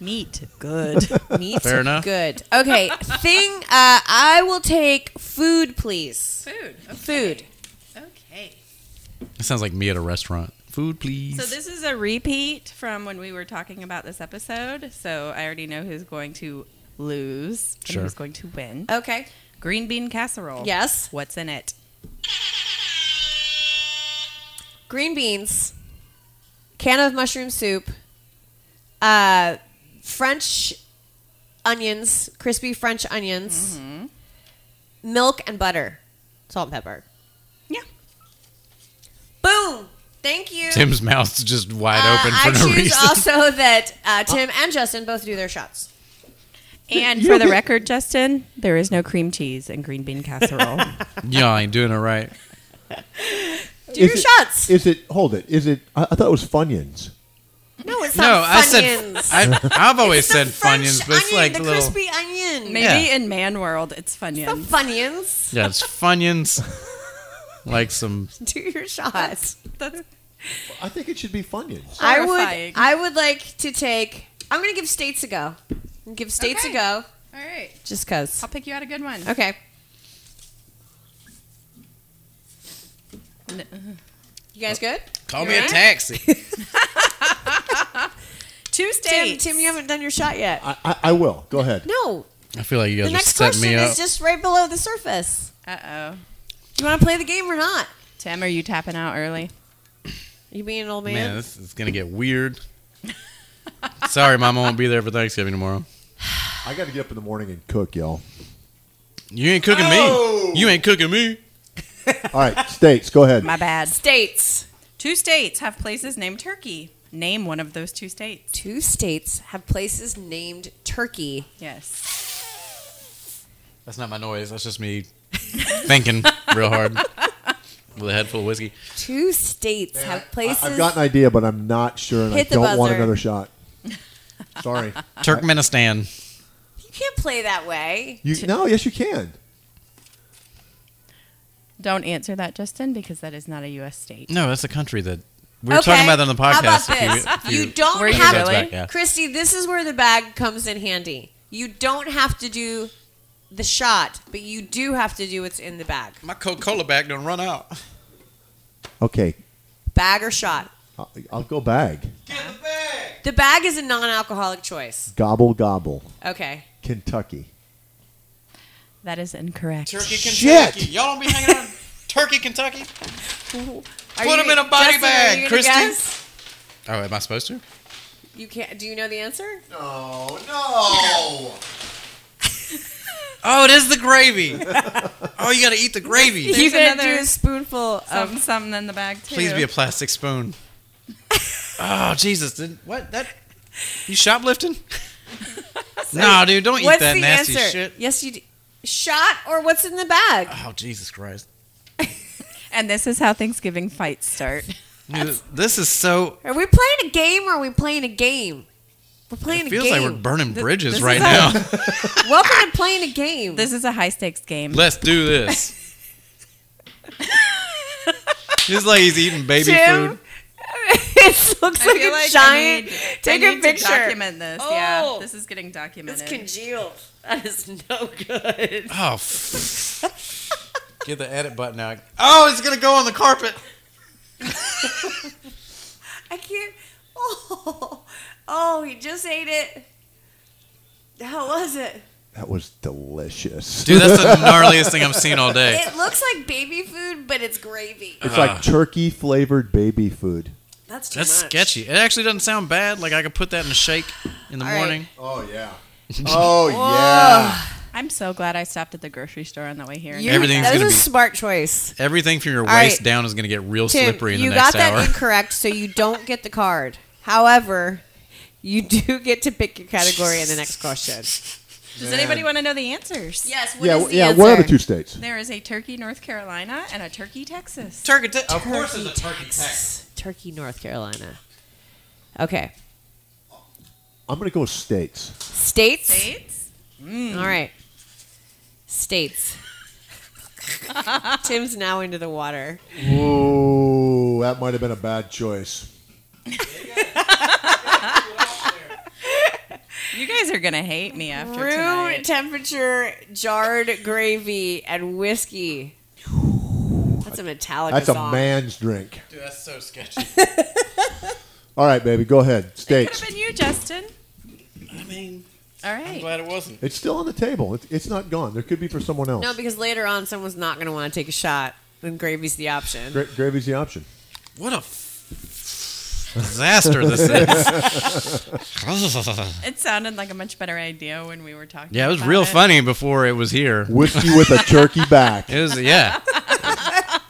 S5: Meat, good.
S4: Oh.
S3: Meat.
S2: Fair enough.
S3: Good. Okay. Thing. Uh, I will take food, please.
S5: Food,
S3: Food.
S5: Okay.
S2: It sounds like me at a restaurant. Food, please.
S5: So this is a repeat from when we were talking about this episode. So I already know who's going to lose and
S2: Sure.
S5: who's going to win.
S3: Okay.
S5: Green bean
S2: Oh.
S5: casserole.
S3: Yes.
S5: What's in it?
S3: Green beans. Can of mushroom soup. Uh, French onions, crispy French onions.
S2: Mm-hmm.
S3: Milk and butter, salt and pepper.
S5: Yeah.
S3: Boom. Thank you.
S2: Tim's mouth's just wide
S3: Uh,
S2: open
S3: I
S2: for no
S3: choose
S2: reason.
S3: also that uh, Tim and Justin both do their shots.
S5: And for the record, Justin, there is no cream cheese in green bean casserole.
S2: yeah, I ain't doing it right.
S3: Do your
S4: it-
S3: shots.
S4: Is it? Hold it. Is it? I, I thought it was Funyuns.
S3: no, it's
S2: No,
S3: not
S2: I said
S3: Funyuns.
S2: I, I've always
S3: It's the
S2: said
S3: French
S2: Funyuns, but it's
S3: onion,
S2: like
S3: the
S2: little.
S3: crispy onion.
S5: Maybe
S2: Yeah.
S5: in man world, it's
S3: The
S5: funyuns.
S3: Funyuns.
S2: Yeah, it's Funyuns. like some.
S3: Do your shots.
S5: That's
S4: I think it should be Funyuns.
S3: I would.
S5: Horrifying.
S3: I would like to take. I'm gonna give states a go. Give states a
S5: Okay.
S3: go,
S5: all right.
S3: just cause.
S5: I'll pick you out a good one.
S3: Okay. uh-huh.
S5: N-
S3: You guys good?
S2: Call
S3: me a
S2: taxi.
S5: Two
S3: Tim,
S5: states.
S3: Tim, you haven't done your shot yet.
S4: I, I, I will. Go ahead.
S3: No.
S2: I feel like you
S3: The
S2: guys are
S3: next
S2: setting
S3: question
S2: me up.
S3: is just right below the surface.
S5: Uh oh.
S3: Do you want to play the game or not?
S5: Tim, are you tapping out early?
S3: You being an old man.
S2: Man, this is gonna get weird. Sorry, Mom, I won't be there for Thanksgiving tomorrow.
S4: I got to get up in the morning and cook, y'all.
S2: You ain't cooking me. You ain't cooking me.
S4: All right, states. Go ahead.
S5: My bad.
S3: States.
S5: Two states have places named Turkey. Name one of those two states.
S3: Two states have places named Turkey.
S5: Yes.
S2: That's not my noise. That's just me thinking real hard with a head full of whiskey.
S3: Two states have places.
S4: I, have got an idea, but I'm not sure, and I
S3: Hit the
S4: don't want
S3: buzzer.
S4: another shot. Sorry.
S2: Turkmenistan.
S3: you can't play that way.
S4: You, no, yes, you can.
S5: Don't answer that, Justin, because that is not a U.S. state.
S2: No, that's a country that we were talking about that on the
S3: How
S2: podcast.
S3: about this?
S2: a few-
S3: you,
S2: a few
S3: don't
S5: Were you
S3: have
S2: episodes
S5: really?
S2: back, yeah.
S3: Christy, this is where the bag comes in handy. You don't have to do the shot, but you do have to do what's in the bag.
S2: My Coca-Cola bag don't run out.
S4: Okay,
S3: Bag or shot.
S4: I'll, I'll go bag.
S2: Get the bag.
S3: The bag is a non-alcoholic choice.
S4: Gobble gobble.
S3: Okay.
S4: Kentucky.
S5: That is incorrect.
S2: Turkey,
S4: Shit!
S2: Kentucky. Y'all don't be hanging on Turkey, Kentucky.
S3: Are
S2: Put 'em in a body
S3: Justin, are
S2: bag,
S3: you gonna
S2: Christy.
S3: guess?
S2: Oh, am I supposed to?
S3: You can't. Do you know the answer?
S4: No, no.
S2: Oh, it is the gravy. oh, you gotta eat the gravy.
S5: There's
S3: you can
S5: another-
S3: do a spoonful
S5: Some
S3: of.
S5: something in the bag too.
S2: Please be a plastic spoon. oh Jesus! Did, what that? You shoplifting? nah, dude, don't eat
S3: What's
S2: that
S3: the
S2: nasty
S3: answer?
S2: shit.
S3: Yes, you. Do. Shot or what's in the bag?
S2: Oh Jesus Christ!
S5: and this is how Thanksgiving fights start.
S2: Dude, this is so.
S3: Are we playing a game or are we playing a game? We're playing
S2: It feels
S3: a
S2: like
S3: game.
S2: we're burning
S5: Th-
S2: bridges
S5: this is
S2: right
S5: how-
S2: now.
S3: Welcome to playing a game.
S5: This is a high stakes game.
S2: Let's do this. Just like he's eating baby
S3: Jim,
S2: food.
S3: it looks like a giant. take
S5: I
S3: a
S5: need
S3: picture.
S5: To document this. Yeah,
S3: Oh.
S5: this is getting documented.
S3: congealed. That is no good.
S2: Oh. f- Get the edit button out. Oh, it's gonna go on the carpet.
S3: I can't. Oh, oh, he just ate it. How was it?
S4: That was delicious.
S2: Dude, that's the gnarliest thing I've seen all day.
S3: It looks like baby food, but it's gravy.
S4: It's like turkey flavored baby food.
S3: That's too
S2: That's
S3: much.
S2: sketchy. It actually doesn't sound bad. Like I could put that in a shake in the
S3: All right.
S2: morning.
S4: Oh yeah. Oh yeah.
S5: I'm so glad I stopped at the grocery store on the way here.
S3: You,
S2: Everything's
S3: that was
S2: gonna
S3: a
S2: be-
S3: smart choice.
S2: Everything from your waist
S3: right.
S2: down is going to get real
S3: Tim,
S2: slippery in
S3: you
S2: the
S3: got
S2: next
S3: that
S2: hour.
S3: incorrect, so you don't get the card. However, you do get to pick your category in the next question.
S5: Does anybody want to know the answers?
S3: Yes.
S4: yeah, w- yeah. What are the two states?
S5: There is a Turkey, North Carolina, and a Turkey, Texas.
S2: Turkey, of course, it's a turkey tax.
S3: Turkey, North Carolina. Okay.
S4: I'm gonna go with states.
S3: States.
S5: States.
S3: All right. States. Tim's now into the water.
S4: Ooh, that might have been a bad choice.
S5: You guys are gonna hate me after
S3: Room
S5: tonight.
S3: temperature, jarred gravy, and whiskey. That's a Metallica
S4: That's a
S3: song.
S4: man's drink.
S2: Dude, that's so sketchy.
S4: All right, baby, go ahead.
S5: Could
S4: States.
S5: have been you, Justin.
S2: I mean,
S5: All
S2: I'm
S5: right.
S2: glad it wasn't.
S4: It's still on the table. It's, it's not gone. There could be for someone else.
S3: No, because later on, someone's not going to want to take a shot, and gravy's the option.
S4: Gra- gravy's the option.
S2: What a f- disaster this is.
S5: It sounded like a much better idea when we were talking.
S2: yeah, it was
S5: about
S2: real funny before it was here.
S4: Whiskey with a turkey back.
S2: It was yeah.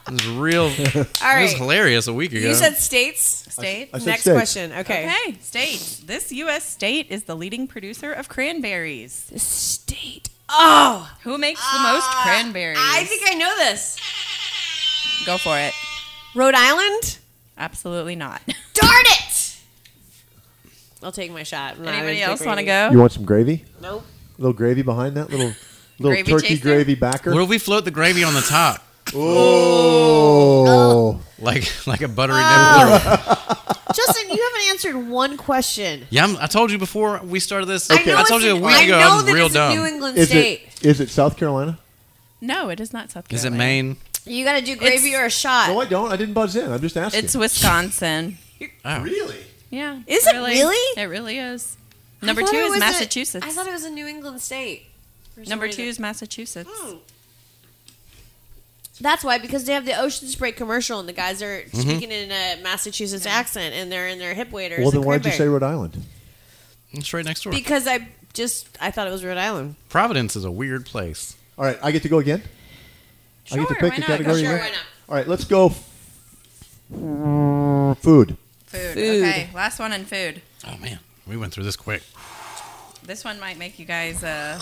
S2: It was real. It
S3: All right.
S2: was hilarious a week ago.
S3: You said states.
S5: State.
S4: I said
S3: Next
S4: states.
S3: question. Okay.
S5: Okay, states. This U.S. state is the leading producer of cranberries.
S3: State. Oh, Ah,
S5: Who makes the most cranberries?
S3: I think I know this.
S5: Go for it.
S3: Rhode Island.
S5: Absolutely not.
S3: Darn it! I'll take my shot. I'm not
S5: Anybody
S3: gonna
S5: else
S3: take
S5: want to
S3: gravy.
S5: go?
S4: You want some gravy?
S3: Nope.
S4: A little gravy behind that? Little little
S5: Gravy
S4: turkey
S5: chaser?
S4: gravy backer?
S2: what if we float the gravy on the top,
S4: oh.
S2: like like a buttery noodle?
S3: Justin, you haven't answered one question.
S2: Yeah, I'm, I told you before we started this.
S4: Okay.
S2: I,
S4: know
S2: told
S3: it's
S2: you a
S3: in-
S2: week
S3: I
S2: ago.
S3: know
S2: I'm
S3: that
S2: real
S3: it's
S2: dumb.
S3: a New England
S4: Is it,
S3: state.
S4: is it South Carolina?
S5: No, it is not South
S2: Is it
S5: Carolina.
S2: Maine?
S3: You got to do gravy
S5: It's-
S3: or a shot.
S4: No, I don't. I didn't buzz in. I'm just asking.
S5: It's Wisconsin.
S2: Oh.
S4: really?
S5: Yeah.
S3: Is it really?
S5: It really is.
S3: I
S5: Number
S3: thought
S5: two
S3: it
S5: is
S3: was a-
S5: Massachusetts.
S3: I thought it was a New England state. for some
S5: Number two
S3: reason.
S5: is Massachusetts.
S3: Hmm. That's why, because they have the Ocean Spray commercial, and the guys are speaking in a Massachusetts accent, and they're in their hip waders.
S4: Well, then
S3: and
S4: why'd you say
S3: cranberry.
S4: Rhode Island?
S2: It's right next door.
S3: Because I just I thought it was Rhode Island.
S2: Providence is a weird place.
S4: All right, I get to go again? I get to
S5: Sure,
S4: pick
S5: why
S4: a
S5: not? Go
S4: category?
S5: for
S4: again?
S5: it.
S3: why not?
S4: All right, let's go f- food.
S5: Food.
S3: Food.
S5: Okay, last one in food.
S2: Oh man, we went through this quick.
S5: This one might make you guys uh,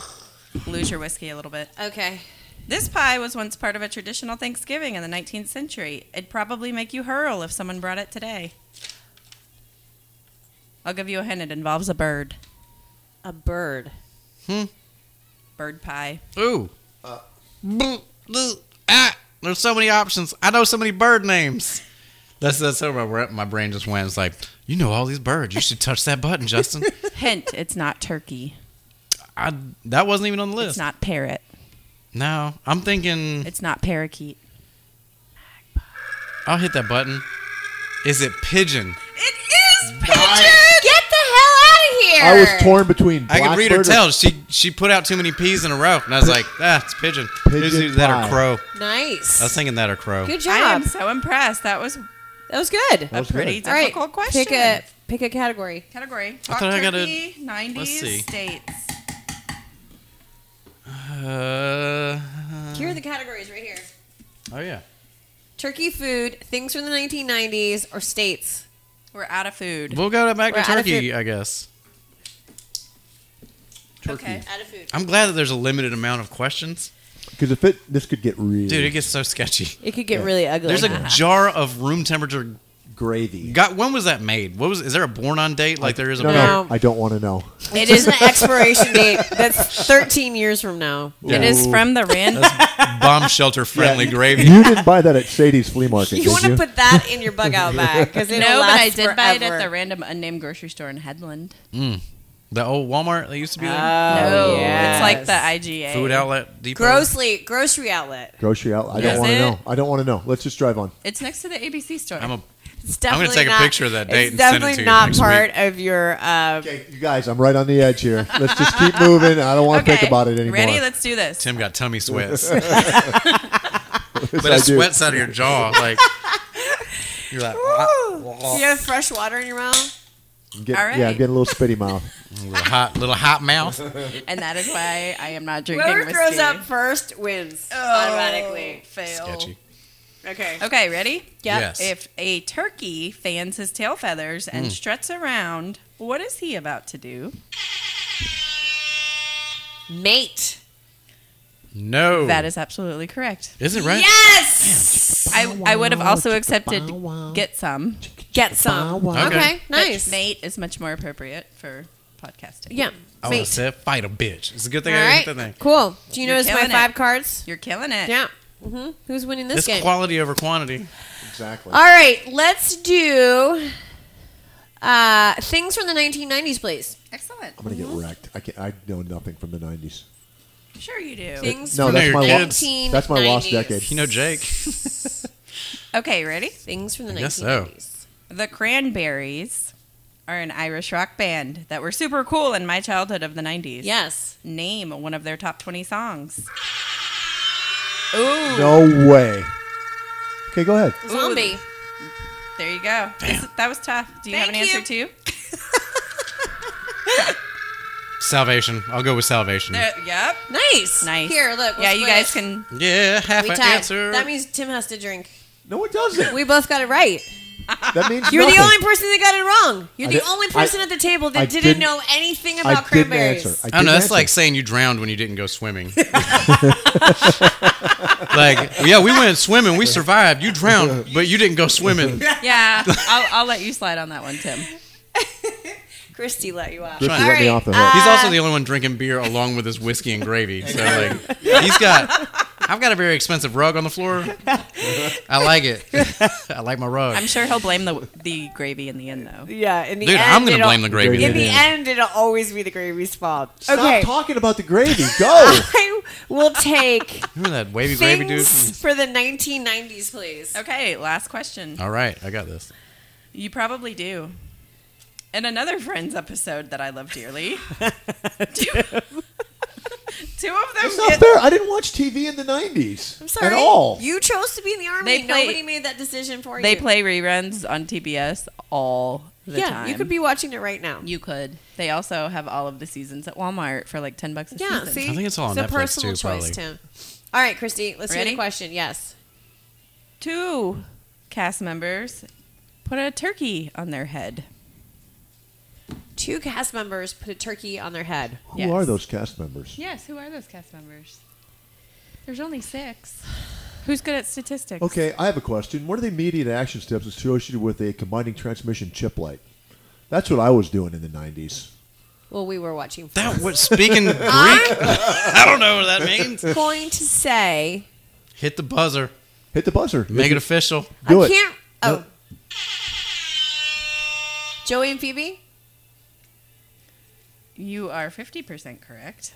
S5: lose your whiskey a little bit.
S3: Okay.
S5: This pie was once part of a traditional Thanksgiving in the 19th century. It'd probably make you hurl if someone brought it today. I'll give you a hint. It involves a bird.
S3: A bird.
S5: Bird pie.
S2: Ooh. ah, there's so many options. I know so many bird names. That's that's how my bra- my brain just went. It's like you know all these birds. You should touch that button, Justin.
S5: Hint, it's not turkey.
S2: I that wasn't even on the
S5: It's
S2: list.
S5: not parrot.
S2: No, I'm thinking
S5: It's not parakeet.
S2: I'll hit that button. Is it pigeon?
S5: It is
S3: Get the
S4: I was torn between.
S2: I could read her
S4: blackbird or
S2: tell. She she put out too many peas in a row, and I was like, ah, it's pigeon.
S4: Pigeon
S2: It's either that
S4: pie.
S2: or crow.
S3: Nice.
S2: I was thinking that or crow.
S3: good
S5: I
S3: job.
S5: am so impressed. That was
S3: That was good.
S4: That was
S5: a pretty
S4: good.
S3: All right.
S5: difficult question.
S3: Pick a pick a category.
S5: category.
S2: I
S5: Hot
S2: thought I gotta-
S5: turkey, 90s
S2: let's see.
S5: states.
S2: Uh,
S3: Here are the categories right here.
S2: oh yeah.
S3: Turkey food, things from the 1990s, or states.
S5: We're out of food.
S2: We'll go back
S3: We're
S2: to
S3: out of
S2: turkey, I guess.
S4: turkey.
S5: Okay.
S3: Out of food.
S2: I'm glad that there's a limited amount of questions.
S4: Because if it, this could get really
S2: Dude, it gets so sketchy.
S3: It could get really ugly.
S2: There's a jar of room temperature.
S4: gravy.
S2: Got when was that made? What was? Is there a born on date? Like there is a
S4: no,
S2: beer?
S4: no, I don't want to know.
S3: it is an expiration date. That's 13 years from now.
S5: It is from the random.
S2: bomb shelter friendly gravy.
S4: You didn't buy that at Sadie's flea market,
S3: You
S4: did
S3: want to put that in your bug out bag because it'll
S5: no, but
S3: last
S5: I did buy it at the
S3: forever.
S5: random unnamed grocery store in Headland.
S2: The old Walmart that used to be there.
S5: no,
S3: Oh, yes.
S5: it's like the IGA.
S2: Food outlet depot.
S3: grossly grocery outlet.
S4: grocery outlet. I
S5: Is
S4: don't want to
S5: it?
S4: know. I don't want to know. Let's just drive on.
S5: It's next to the ABC store.
S2: I'm a.
S3: It's
S2: I'm
S3: definitely
S2: gonna take a
S3: not,
S2: picture of that date
S3: It's
S2: and send it to
S3: definitely
S2: you
S3: not
S2: next
S3: part of your. Uh,
S4: Okay, you guys, I'm right on the edge here. Let's just keep moving. I don't want to think about it anymore.
S5: Ready? Let's do this.
S2: Tim got tummy sweats,
S4: Yes,
S2: but
S4: I
S2: it
S4: do.
S2: sweats out of your jaw. Like you're like.
S3: do you have fresh water in your mouth?
S4: I'm getting-
S5: All right.
S4: Yeah, I'm getting a little spitty mouth.
S2: Little hot, little hot mouth.
S5: And that is why I am not drinking
S3: Whoever
S5: whiskey.
S3: throws up first wins automatically.
S5: Oh, fail.
S2: Sketchy.
S3: Okay.
S5: Okay, ready?
S2: Yeah. Yes.
S5: If a turkey fans his tail feathers and
S4: Mm.
S5: struts around, what is he about to do?
S3: Mate.
S2: No.
S5: That is absolutely correct.
S2: Is it right?
S3: Yes.
S5: I, I would have also accepted get some.
S3: Get some.
S4: wow.
S3: Okay.
S2: Okay.
S5: but
S3: Nice.
S5: Mate is much more appropriate for podcasting.
S3: Yeah.
S2: I would
S3: Mate.
S2: have said fight a bitch. It's a good
S3: All
S2: thing I
S3: right.
S2: didn't hit that thing.
S3: Cool. Do you
S5: You're
S3: notice my
S5: killing it. Mm-hmm.
S3: five cards?
S5: You're killing it.
S3: Yeah. hmm Who's winning this
S2: It's
S3: game?
S2: quality over quantity.
S4: Exactly.
S3: All right. Let's do uh, things from the 1990s, please.
S4: Uh,
S5: Excellent.
S4: I'm gonna get wrecked. I can I know nothing from the '90s.
S5: Sure you do.
S3: Things
S4: No,
S3: from
S2: that's
S3: the
S2: my lo-
S3: 1990s.
S4: that's my lost decade.
S2: You know, Jake.
S5: Okay, ready?
S3: Things from the
S2: I guess so.
S3: 1990s.
S5: The Cranberries are an Irish rock band that were super cool in my childhood of the 90s.
S3: Yes.
S5: Name one of their top 20 songs. Ooh.
S4: No way. Okay, go ahead.
S3: Zombie.
S5: There you go. This- that was tough. Do you have an
S3: Thank
S5: answer
S3: you.
S5: too?
S2: Salvation. I'll go with salvation.
S5: There, yep.
S3: Nice.
S5: Nice.
S3: Here, look. we'll
S5: yeah, you
S3: split it.
S5: guys can.
S2: yeah, half
S3: We
S2: an
S3: tied.
S2: answer.
S3: That means Tim has to drink.
S4: No, it doesn't.
S3: We both got it right.
S4: That means
S3: You're
S4: nothing.
S3: the only person that got it wrong. You're
S4: I
S3: the
S4: did-
S3: only person
S4: I-
S3: at the table that
S4: I
S3: didn't,
S4: didn't-
S3: know anything
S4: I
S3: about
S4: didn't
S3: cranberries.
S4: answer.
S2: I don't
S4: didn't
S2: know. That's
S4: answer.
S2: like saying you drowned when you didn't go swimming. like, yeah, we went swimming. We survived. You drowned, but you didn't go swimming.
S5: Yeah, I'll, I'll let you slide on that one, Tim.
S3: Christy let you off.
S4: Christy
S3: All
S4: let me
S3: right,
S4: off the hook.
S2: He's also the only one drinking beer along with his whiskey and gravy. So, like, he's got. I've got a very expensive rug on the floor. I like it. I like my rug.
S5: I'm sure he'll blame the the gravy in the end, though.
S3: Yeah, in the
S2: Dude,
S3: end,
S2: I'm going to
S3: it'll-
S2: blame the gravy.
S3: In the
S4: Yeah.
S3: end, it'll always be the gravy's fault.
S4: Stop
S3: okay,
S4: talking about the gravy. Go.
S3: I will take
S2: Remember that wavy gravy dude?
S3: things for the 1990s, please.
S5: Okay, last question.
S2: All right, I got this.
S5: You probably do. In another Friends episode that I love dearly, two, two of them
S4: It's not
S5: get,
S4: fair. I didn't watch TV in the '90s
S3: I'm sorry.
S4: at all.
S3: You chose to be in the army.
S5: They play-
S3: Nobody made that decision for
S5: they
S3: you.
S5: play reruns on TBS all the
S3: yeah,
S5: time.
S3: you could be watching it right now.
S5: You could. They also have all of the seasons at Walmart for like ten bucks a
S3: Yeah,
S5: season.
S3: see,
S2: I think it's all on
S3: a
S2: Netflix,
S3: personal
S2: too,
S3: choice,
S2: probably.
S3: Tim. All right, Christy, let's hear
S5: Ready?
S3: the question. Yes,
S5: two cast members put a turkey on their head.
S3: two cast members put a turkey on their head.
S4: Who
S5: Yes.
S4: are those cast members?
S5: Yes, who are those cast members? There's only six. Who's good at statistics?
S4: Okay, I have a question. What are the immediate action steps associated with a combining transmission chip light? That's what I was doing in the '90s.
S3: Well, we were watching.
S2: That was speaking Greek. I don't know what that means.
S3: going to say
S2: Hit the buzzer.
S4: Hit the buzzer.
S2: Make it official.
S4: Do
S3: I
S4: it.
S3: can't. Oh,
S4: No.
S3: Joey and Phoebe.
S5: You are 50% correct.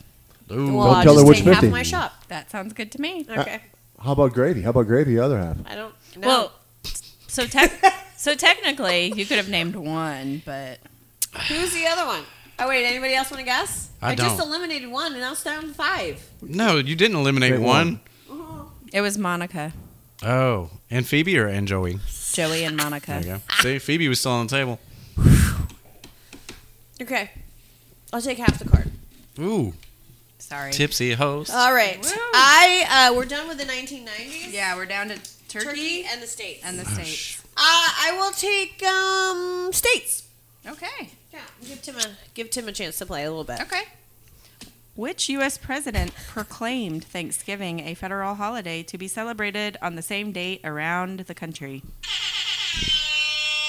S2: Ooh.
S3: Well, I'll
S4: tell her
S3: just
S4: which
S3: take half
S4: 50.
S3: of my shop.
S5: That sounds good to me.
S3: Okay,
S4: How about gravy? How about gravy? The other half.
S3: I don't know.
S5: Well, so tec- so technically you could have named one, but
S3: who's the other one? Oh wait, anybody else want to guess?
S2: I
S3: just
S2: don't.
S3: eliminated one, and now it's down to five.
S2: No, you didn't eliminate
S4: Wait,
S2: one.
S4: one.
S5: It was Monica,
S2: Oh, and Phoebe or and Joey?
S5: Joey, and
S2: There
S5: Monica.
S2: you go. See, Phoebe was still on the table.
S3: Okay, I'll take half the card.
S2: Ooh,
S5: Sorry.
S2: tipsy host.
S3: All right,
S5: Woo.
S3: I uh, we're done with the 1990s,
S5: Yeah, we're down to turkey,
S3: Turkey, and the states.
S5: and the
S2: Oh,
S5: states.
S2: sh-
S3: uh, I will take um states.
S5: okay.
S3: Yeah, give Tim a give Tim a chance to play a little bit.
S5: Okay. Which U.S. president proclaimed Thanksgiving a federal holiday to be celebrated on the same date around the country?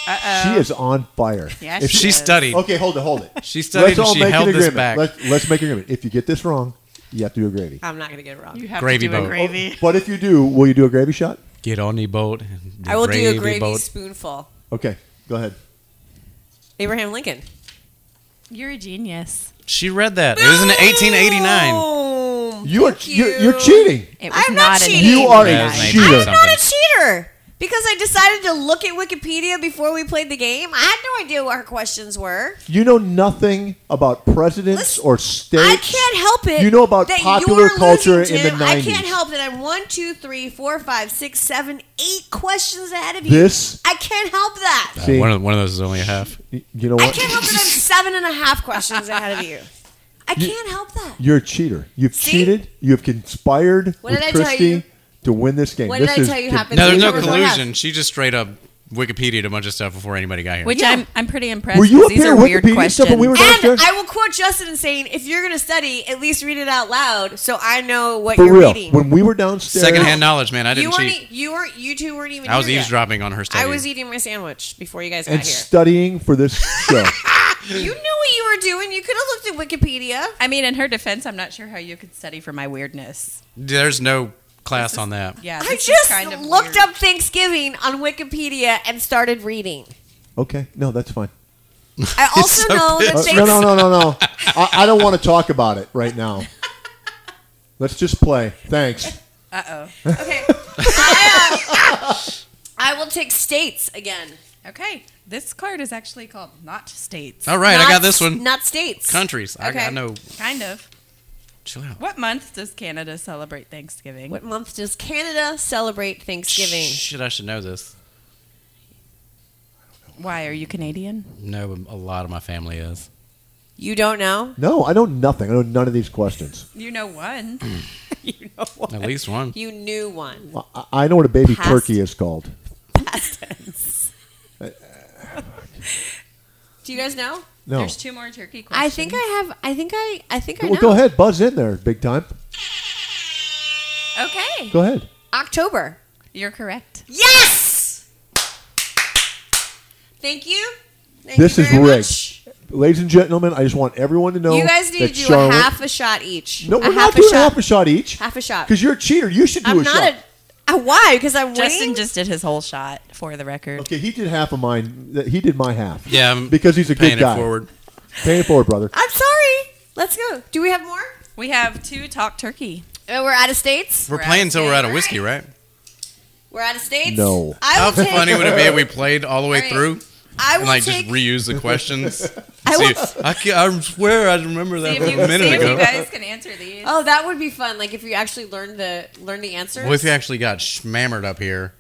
S5: Uh oh.
S4: She is on fire.
S5: Yeah,
S4: If
S5: she
S2: she
S5: is.
S2: studied.
S4: Okay, hold it, hold it.
S2: She studied and she
S4: an
S2: held this
S4: agreement.
S2: back.
S4: Let's, let's make an agreement. If you get this wrong, you have to do a gravy.
S3: I'm not gonna get it wrong.
S5: You have
S2: Gravy
S5: to do a
S2: boat.
S5: gravy.
S4: But if you do, will you do a gravy shot?
S2: Get on the boat. and
S3: I will do a
S2: gravy
S3: gravy
S2: boat.
S3: spoonful.
S4: Okay, go ahead.
S3: Abraham Lincoln.
S5: You're a genius.
S2: She read that. It was in 1889.
S3: Boom.
S4: You are
S3: Thank
S4: you. are you're cheating.
S5: It
S3: I'm not
S5: an
S3: cheating.
S5: easy
S4: You are
S2: Yeah, it
S4: a
S2: was
S5: ride.
S2: cheat.
S4: cheater.
S3: I'm not a cheater because I decided to look at Wikipedia before we played the game. I had no idea what her questions were.
S4: You know nothing about presidents
S3: Listen,
S4: or states.
S3: I can't help it.
S4: You know about
S3: that
S4: popular
S3: you're
S4: culture
S3: losing,
S4: in the
S3: Tim. I can't
S4: 90s.
S3: help it. I'm one, two, three, four, five, six, seven, eight questions ahead of you.
S4: This,
S3: I can't help that.
S4: See?
S2: Uh, one, of, one of those is only a half.
S4: you know
S3: I
S4: what?
S3: can't help that I'm seven and a half questions ahead of you. I can't help that.
S4: You're a cheater. You've
S3: See?
S4: cheated. You have conspired
S3: What
S4: with
S3: did I tell
S4: Christy
S3: you?
S4: to win this game.
S3: What
S4: this
S3: did I
S4: is
S3: tell you
S4: con-
S3: happened?
S2: No, there's no
S3: Neither was a half.
S2: collusion. She just straight up Wikipedia a bunch of stuff before anybody got here.
S5: Which
S3: Yeah.
S5: I'm, I'm pretty impressed.
S4: Were you
S5: 'cause
S4: up
S5: These
S4: here
S5: are
S4: at
S5: weird
S4: Wikipedia
S5: questions.
S4: stuff when we were-
S3: And
S4: Doctor?
S3: I will quote Justin saying, if you're going to study, at least read it out loud so I know what
S4: For
S3: you're
S4: real,
S3: reading.
S4: when we were downstairs,
S2: Secondhand knowledge, man. I
S3: you
S2: didn't
S3: weren't,
S2: cheat.
S3: e- you weren't, you two weren't even
S2: I was
S3: here yet.
S2: eavesdropping on her study.
S3: I was e- eating my sandwich before you guys got
S4: and
S3: here.
S4: studying for this show.
S3: you knew what you were doing. You could have looked at Wikipedia.
S5: I mean, in her defense, I'm not sure how you could study for my weirdness.
S2: There's no class on that.
S5: Yeah,
S3: I
S5: this is
S3: just
S5: kind of
S3: looked
S5: weird.
S3: up Thanksgiving on Wikipedia and started reading.
S4: okay, no, that's fine.
S3: I also
S2: so
S3: know that
S4: Uh,
S3: Thanksgiving.
S4: no, no, no, no, no. I, I don't want to talk about it right now. Let's just play. Thanks.
S5: Uh
S3: Okay. I, uh, I will take states again.
S5: oh. Okay, this card is actually called not states.
S2: All right, I
S3: Not
S2: got this
S3: s-
S2: one.
S3: Not states.
S2: Countries. I,
S5: Okay.
S2: I know.
S5: Kind of.
S2: Chill out.
S5: What month does Canada celebrate Thanksgiving?
S3: What month does Canada celebrate Thanksgiving?
S2: Shit, I should know this.
S5: Why are you Canadian?
S2: No, a lot of my family is.
S3: You don't know?
S4: No, I know nothing. I know none of these questions.
S5: You know one.
S3: You know one.
S2: At least one.
S3: You knew one.
S4: I- I, I know what a baby
S3: Past-
S4: turkey is called.
S3: Do you guys know?
S4: No.
S5: There's two more turkey
S3: I
S5: questions.
S3: think I have. I think I. I think I
S4: well,
S3: know.
S4: go ahead, buzz in there, big time.
S5: Okay.
S4: Go ahead.
S3: October.
S5: You're correct.
S3: Yes. Thank you. Thank
S4: This
S3: you
S4: is
S3: very
S4: rigged.
S3: much.
S4: Ladies and gentlemen, I just want everyone to know
S3: you guys need
S4: that
S3: to do
S4: Charlotte-
S3: a half a shot each.
S4: No,
S3: a
S4: we're
S3: half
S4: not
S3: a
S4: doing
S3: shot.
S4: half a shot each.
S3: Half a shot.
S4: Because you're a cheater. You should do
S3: I'm
S4: a
S3: not
S4: shot.
S3: a. Uh, why? Because I'm
S5: Justin
S3: winning.
S5: just did his whole shot for the record.
S4: Okay, he did half of mine. Th- He did my half.
S2: Yeah, I'm
S4: because he's a
S2: paying
S4: good guy.
S2: it forward.
S4: Pay it forward, brother.
S3: I'm sorry. Let's go. Do we have more?
S5: We have two talk turkey.
S3: Uh, we're out of states.
S2: We're
S5: We're
S2: playing until we're out of
S5: asking-
S2: whiskey, right?
S3: We're out of states.
S4: No.
S3: I
S2: How
S3: will take,
S2: funny would it be if we played all the way
S3: Right.
S2: through
S3: I will
S2: and like
S3: take.
S2: just reuse the questions? See,
S3: I will-
S2: I, can't, I swear I remember
S5: See
S2: that
S5: if
S2: from
S5: you,
S2: a minute
S5: see if you
S2: ago.
S5: guys can answer these.
S3: oh, that would be fun. Like if you actually learned the learn the answers.
S2: What if you actually got shmammered up here?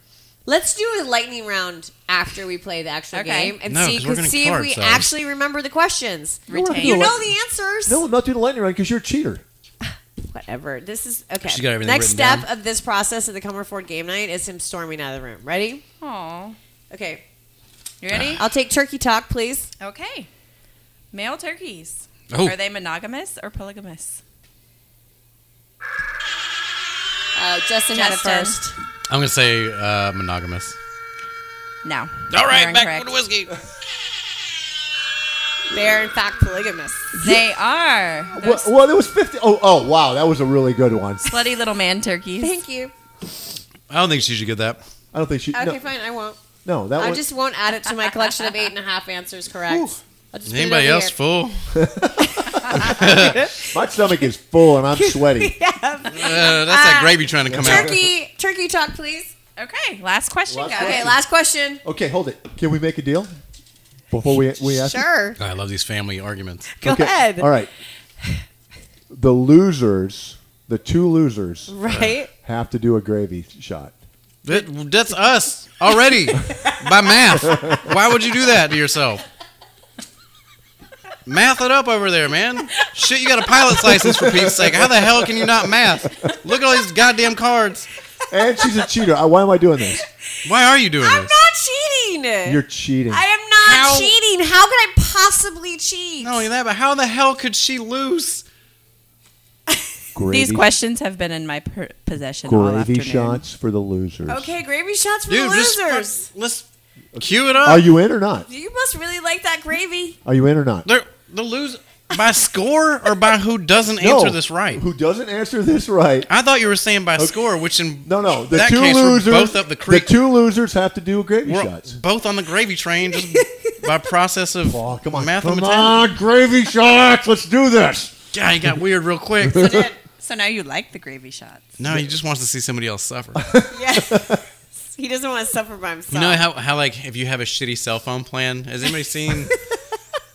S3: Let's do a lightning round after we play the actual
S5: Okay.
S3: game and
S2: No,
S3: see
S2: 'cause we're gonna
S3: see
S2: card
S3: if we
S2: some.
S3: actually remember the questions.
S5: Retain.
S4: You
S3: You
S4: know
S3: know
S4: what?
S3: the answers.
S4: No, I'm not doing the lightning round because you're a cheater.
S3: Whatever. This is okay.
S2: She's got everything
S3: Next
S2: written
S3: step of this process of the Comerford game night is him storming out of the room. Ready?
S5: Aw.
S3: Okay.
S5: You ready?
S3: I'll take turkey talk, please.
S5: Okay. Male turkeys.
S2: Oh,
S5: Are they monogamous or polygamous?
S3: Uh, Justin, had it
S5: Justin.
S3: first.
S2: I'm gonna say uh, monogamous.
S5: No.
S2: All right,
S5: They're
S2: back
S5: incorrect.
S2: to whiskey.
S3: They're in fact polygamous.
S5: They are. They're
S4: Well, well, it was 50. Oh, oh, wow. That was a really good one.
S5: slutty little man turkeys.
S3: Thank you.
S2: I don't think she should get that.
S4: I don't think she.
S3: Okay,
S4: no,
S3: fine. I won't.
S4: no, that
S3: I
S4: one.
S3: just won't add it to my collection of eight and a half answers. Correct.
S4: Whew.
S3: I'll
S2: Is
S3: just put it
S2: anybody
S3: over
S2: else
S3: here.
S2: full?
S4: my stomach is full and I'm sweaty.
S2: Uh, that's that gravy trying to come out.
S3: turkey, turkey talk, please.
S5: Okay. Last question,
S4: Last
S5: guys.
S3: Okay, last question.
S4: Okay, hold it. Can we make a deal? before we we ask?
S3: Sure.
S2: I love these family arguments.
S3: Go
S4: Okay.
S3: ahead.
S4: All right. The losers, the two losers,
S3: Right?
S4: have to do a gravy shot.
S2: That, that's us already by math. Why would you do that to yourself? Math it up over there, man. Shit, you got a pilot's license for Pete's sake. How the hell can you not math? Look at all these goddamn cards.
S4: And she's a cheater. I- Why am I doing this?
S2: Why are you doing
S3: I'm
S2: this?
S3: not cheating.
S4: You're cheating.
S3: I am not
S2: How-
S3: cheating. How could I possibly cheat?
S2: Not only that, but how the hell could she lose?
S4: Gravy,
S5: These questions have been in my per- possession all
S4: gravy
S5: afternoon.
S4: shots for the losers.
S3: Okay, gravy shots for
S2: Dude,
S3: the
S2: just
S3: losers.
S2: fuck- let's cue it up.
S4: Are you in or not?
S3: You must really like that gravy.
S4: Are you in or not?
S2: They're, the lose by score or by who doesn't
S4: No.
S2: answer this right?
S4: Who doesn't answer this right?
S2: I thought you were saying by score, which in
S4: No, no. The
S2: that
S4: two
S2: case
S4: losers.
S2: we're both up the creek.
S4: The two losers have to do gravy
S2: we're
S4: shots.
S2: both on the gravy train just by process of
S4: Oh, come on, come
S2: mathematics.
S4: on, gravy shots. Let's do this.
S2: God, you got weird real quick.
S5: So now you like the gravy shots.
S2: No, he just wants to see somebody else suffer.
S3: Yes. he doesn't want to suffer by himself.
S2: You know how, how like if you have a shitty cell phone plan? Has anybody seen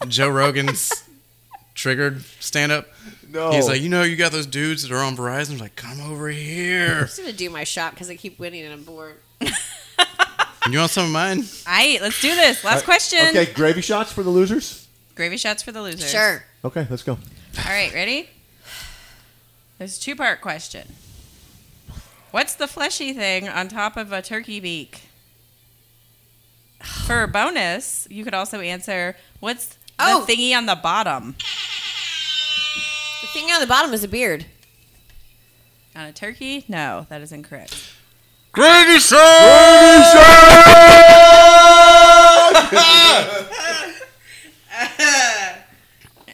S2: Joe Rogan's triggered stand up?
S4: No.
S2: He's like, you know, you got those dudes that are on Verizon. Like, come over here.
S3: I'm just gonna do my shot because I keep winning and I'm bored.
S2: You want some of mine?
S5: All right, let's do this. Last question.
S4: Okay, gravy shots for the losers.
S5: Gravy shots for the losers.
S3: Sure.
S4: Okay, let's go.
S5: All right, ready? There's a two part question. What's the fleshy thing on top of a turkey beak? For a bonus, you could also answer what's the
S3: Oh.
S5: thingy on the bottom
S3: The thing on the bottom is a beard.
S5: on a turkey? No, that is incorrect.
S2: Gravy shots!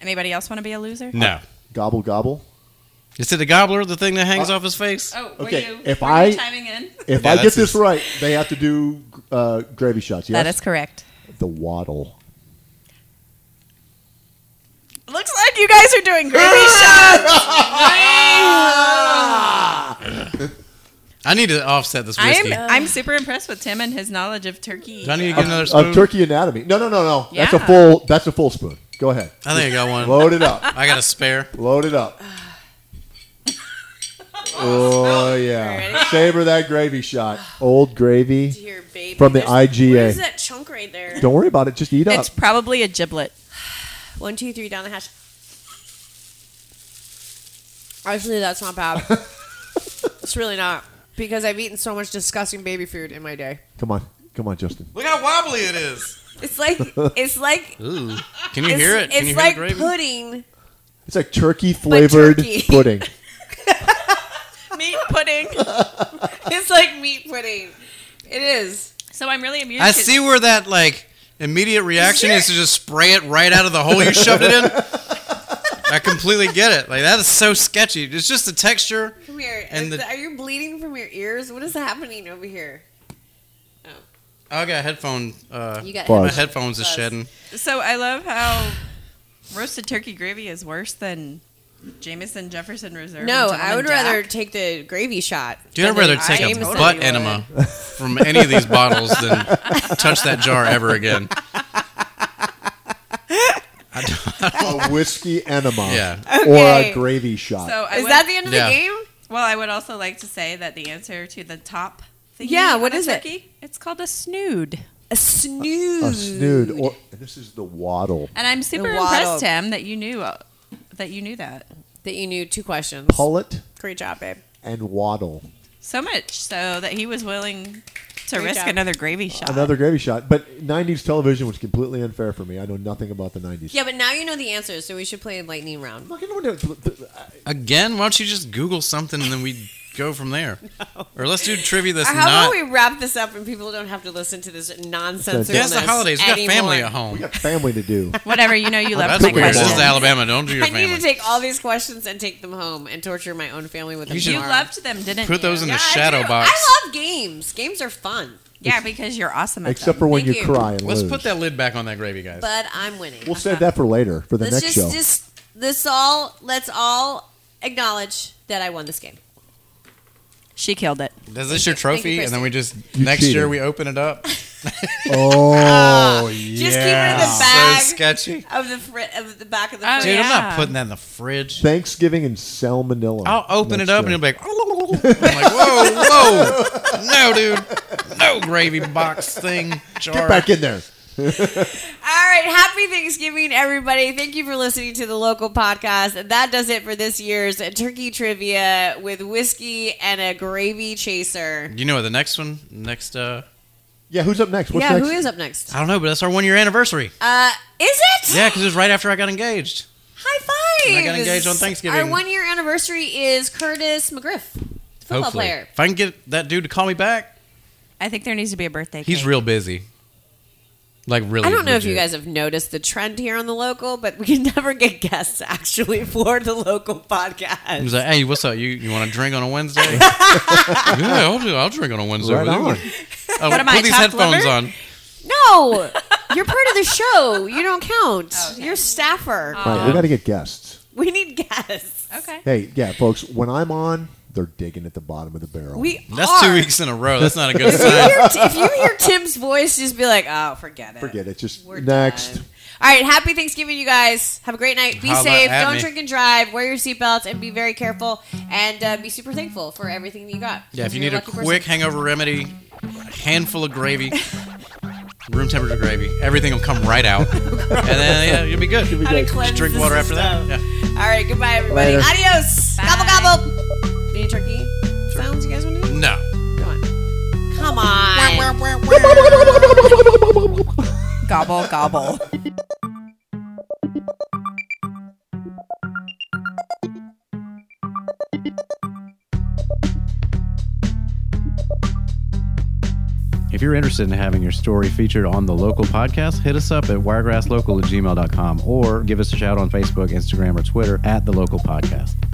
S5: Anybody else want to be a loser?
S2: No.
S4: Gobble gobble.
S2: Is it the gobbler, the thing that
S4: Uh,
S2: hangs off his face?
S5: Oh, were
S4: Okay,
S5: you,
S4: if
S5: were
S4: I-
S5: you chiming in?
S4: If
S2: Yeah,
S4: I get
S2: that's
S4: this
S2: his-
S4: right, they have to do uh, gravy shots. Yes,
S5: That is correct.
S4: the waddle.
S5: Looks like you guys are doing gravy shots.
S2: I need to offset this
S5: I
S2: whiskey.
S5: am, I'm super impressed with Tim and his knowledge of turkey.
S2: Do I need to get another spoon?
S4: Of Uh, turkey anatomy. No, no, no, no. That's a
S5: Yeah.
S4: full. That's a full spoon. Go ahead.
S2: I think I got one.
S4: Load it up.
S2: I got a spare.
S4: Load it up. Oh yeah, savor that gravy shot. Old gravy
S3: Here, baby.
S4: from the
S3: There's- Where's
S4: IGA.
S3: that chunk right there?
S4: Don't worry about it. Just eat up.
S5: It's probably a giblet.
S3: One, two, three down the hash. Actually, that's not bad. it's really not because I've eaten so much disgusting baby food in my day.
S4: Come on, come on, Justin.
S2: Look how wobbly it is.
S3: It's like it's like
S2: Ooh. Can you
S3: it's,
S2: hear it? Can
S3: it's
S2: you hear
S3: like
S2: the gravy?
S3: pudding.
S4: It's like turkey flavored
S3: turkey.
S4: pudding.
S5: Meat pudding.
S3: It's like meat pudding. It is.
S5: So I'm really amused.
S2: I
S5: 'cause-
S2: see where that like immediate reaction is to just spray it right out of the hole you shoved it in. I completely get it. Like that is so sketchy. It's just the texture.
S3: Come here.
S2: And
S3: Is-
S2: the-
S3: are you bleeding from your ears? What is happening over here?
S2: I got headphone. Uh,
S3: You got
S2: my
S4: Buzz.
S2: headphones is
S3: Buzz.
S2: shedding.
S5: So I love how roasted turkey gravy is worse than Jameson Jefferson Reserve.
S3: No,
S5: and Gentleman
S3: I would
S5: Jack.
S3: rather take the gravy shot.
S2: Dude, I'd
S3: than the
S2: rather take a
S3: Jameson.
S2: butt enema from any of these bottles than touch that jar ever again.
S4: a whiskey enema.
S2: Yeah.
S4: Or
S3: Okay.
S4: a gravy shot.
S5: So I
S3: Is
S5: would,
S3: that the end of
S2: Yeah.
S3: the game?
S5: Well, I would also like to say that the answer to the top. Thingy
S3: Yeah, what
S5: on a
S3: is it?
S5: turkey, it? It's called a snood,
S3: A snooze.
S4: a snood. Or this is the waddle.
S5: and I'm super
S3: waddle.
S5: impressed, Tim, that you knew uh, that you knew that
S3: that you knew two questions.
S4: Pullet
S3: Great job, babe.
S4: and waddle.
S5: so much so that he was willing to
S3: Great
S5: risk
S3: job.
S5: another
S2: Uh,
S5: gravy shot.
S4: Another gravy shot. But 90s television was completely unfair for me. I know nothing about the 90s.
S3: Yeah, but now you know the answer, so we should play a lightning round.
S4: Look, you know what it-
S2: Again, why don't you just Google something and then we go from there? Or let's do trivia that's
S3: How
S2: not.
S3: about we wrap this up and people don't have to listen to this nonsense?
S2: yeah, it's the holidays. We got family at home.
S4: We got family to do.
S5: Whatever you know, you
S3: Oh,
S5: love
S2: Oh, That's
S5: my
S2: weird.
S4: question.
S2: This is
S5: questions.
S2: Alabama. Don't do your
S3: I
S2: family.
S3: need to take all these questions and take them home and torture my own family with them.
S2: You should-
S5: You
S3: tomorrow.
S5: loved them, didn't
S2: Put those
S5: you?
S2: in
S3: Yeah,
S2: the
S3: I
S2: shadow
S3: do.
S2: box.
S3: I love games. Games are fun,
S5: Yeah, because you're awesome at
S4: Except
S5: them.
S4: for when
S3: Thank
S4: you,
S3: you.
S4: cry and
S2: Let's
S4: lose.
S2: put that lid back on that gravy, guys.
S3: but I'm winning.
S4: we'll save that for later, for the
S3: let's
S4: next
S3: just,
S4: show.
S3: just this all. Let's all acknowledge that I won this game.
S5: she killed it.
S2: Is this your
S3: Thank you,
S2: trophy? and then we just
S4: You
S2: next
S4: cheated.
S2: year we open it up
S3: Um,
S4: Oh,
S3: Just keep it in the
S4: yeah.
S3: bag
S2: So sketchy.
S3: of the fri- of the back of the
S5: Oh,
S3: fridge.
S2: Dude, I'm
S5: Yeah.
S2: not putting that in the fridge.
S4: Thanksgiving and salmonella.
S2: I'll open it
S4: Next
S2: up and
S4: day.
S2: it'll be like, I'm like, whoa, whoa, no, dude, no gravy box thing. Jar.
S4: Get back in there.
S3: All right, happy Thanksgiving, everybody! Thank you for listening to the local podcast. And that does it for this year's turkey trivia with whiskey and a gravy chaser.
S2: You know what? The next one, next, uh,
S4: Yeah, who's up next? What's
S3: yeah,
S4: next?
S3: who is up next?
S2: I don't know, but that's our one year anniversary.
S3: Uh, is it?
S2: Yeah, because it was right after I got engaged.
S3: High five!
S2: And I got engaged on Thanksgiving.
S3: Our one year anniversary is Curtis McGriff, football
S2: Hopefully,
S3: player.
S2: if I can get that dude to call me back,
S5: I think there needs to be a birthday.
S2: he's
S5: cake.
S2: real busy. Like really,
S3: I don't know if you
S2: legit.
S3: guys have noticed the trend here on the local, but we can never get guests actually for the local podcast.
S2: He was like, "Hey, what's up? You you want to drink on a Wednesday? yeah, I'll, do, I'll drink on a Wednesday.
S4: Right
S2: with
S3: Um,
S2: you.
S4: on.
S2: Oh,
S5: What am
S2: put
S5: I,
S2: these
S5: chopped
S2: headphones
S5: liver?
S2: on.
S3: No, you're part of the show. You don't count. You're staffer.
S4: Right, we got to get guests.
S3: we need guests.
S5: Okay.
S4: Hey, yeah, folks. When I'm on, they're digging at the bottom of the barrel.
S3: We
S2: That's
S3: are.
S2: two weeks in a row. That's not a good
S3: If you,
S2: sign.
S3: hear, if you hear Tim's voice, just be like, oh, forget it.
S4: forget it. Just
S3: We're
S4: next.
S3: done. All right, happy Thanksgiving, you guys. Have a great night. Be
S2: Holla
S3: safe.
S2: at
S3: Don't
S2: me.
S3: drink and drive. Wear your seatbelts and be very careful. And uh, be super thankful for everything that you got.
S2: Yeah, if you
S3: You're
S2: need a
S3: lucky person.
S2: quick hangover remedy, a handful of gravy, room temperature gravy, everything will come right out, and then yeah, you'll be good.
S3: How to
S2: Just
S3: cleanse
S2: drink
S3: the
S2: water after that.
S3: system.
S2: Yeah.
S3: All right, goodbye, everybody.
S4: Later.
S3: Adios. Gobble, gobble. Any turkey sounds you guys want to do?
S2: No.
S3: Come on. Come on.
S5: Gobble gobble.
S7: If you're interested in having your story featured on the local podcast, hit us up at wiregrasslocal at gmail.com or give us a shout on Facebook, Instagram, or Twitter at the local podcast.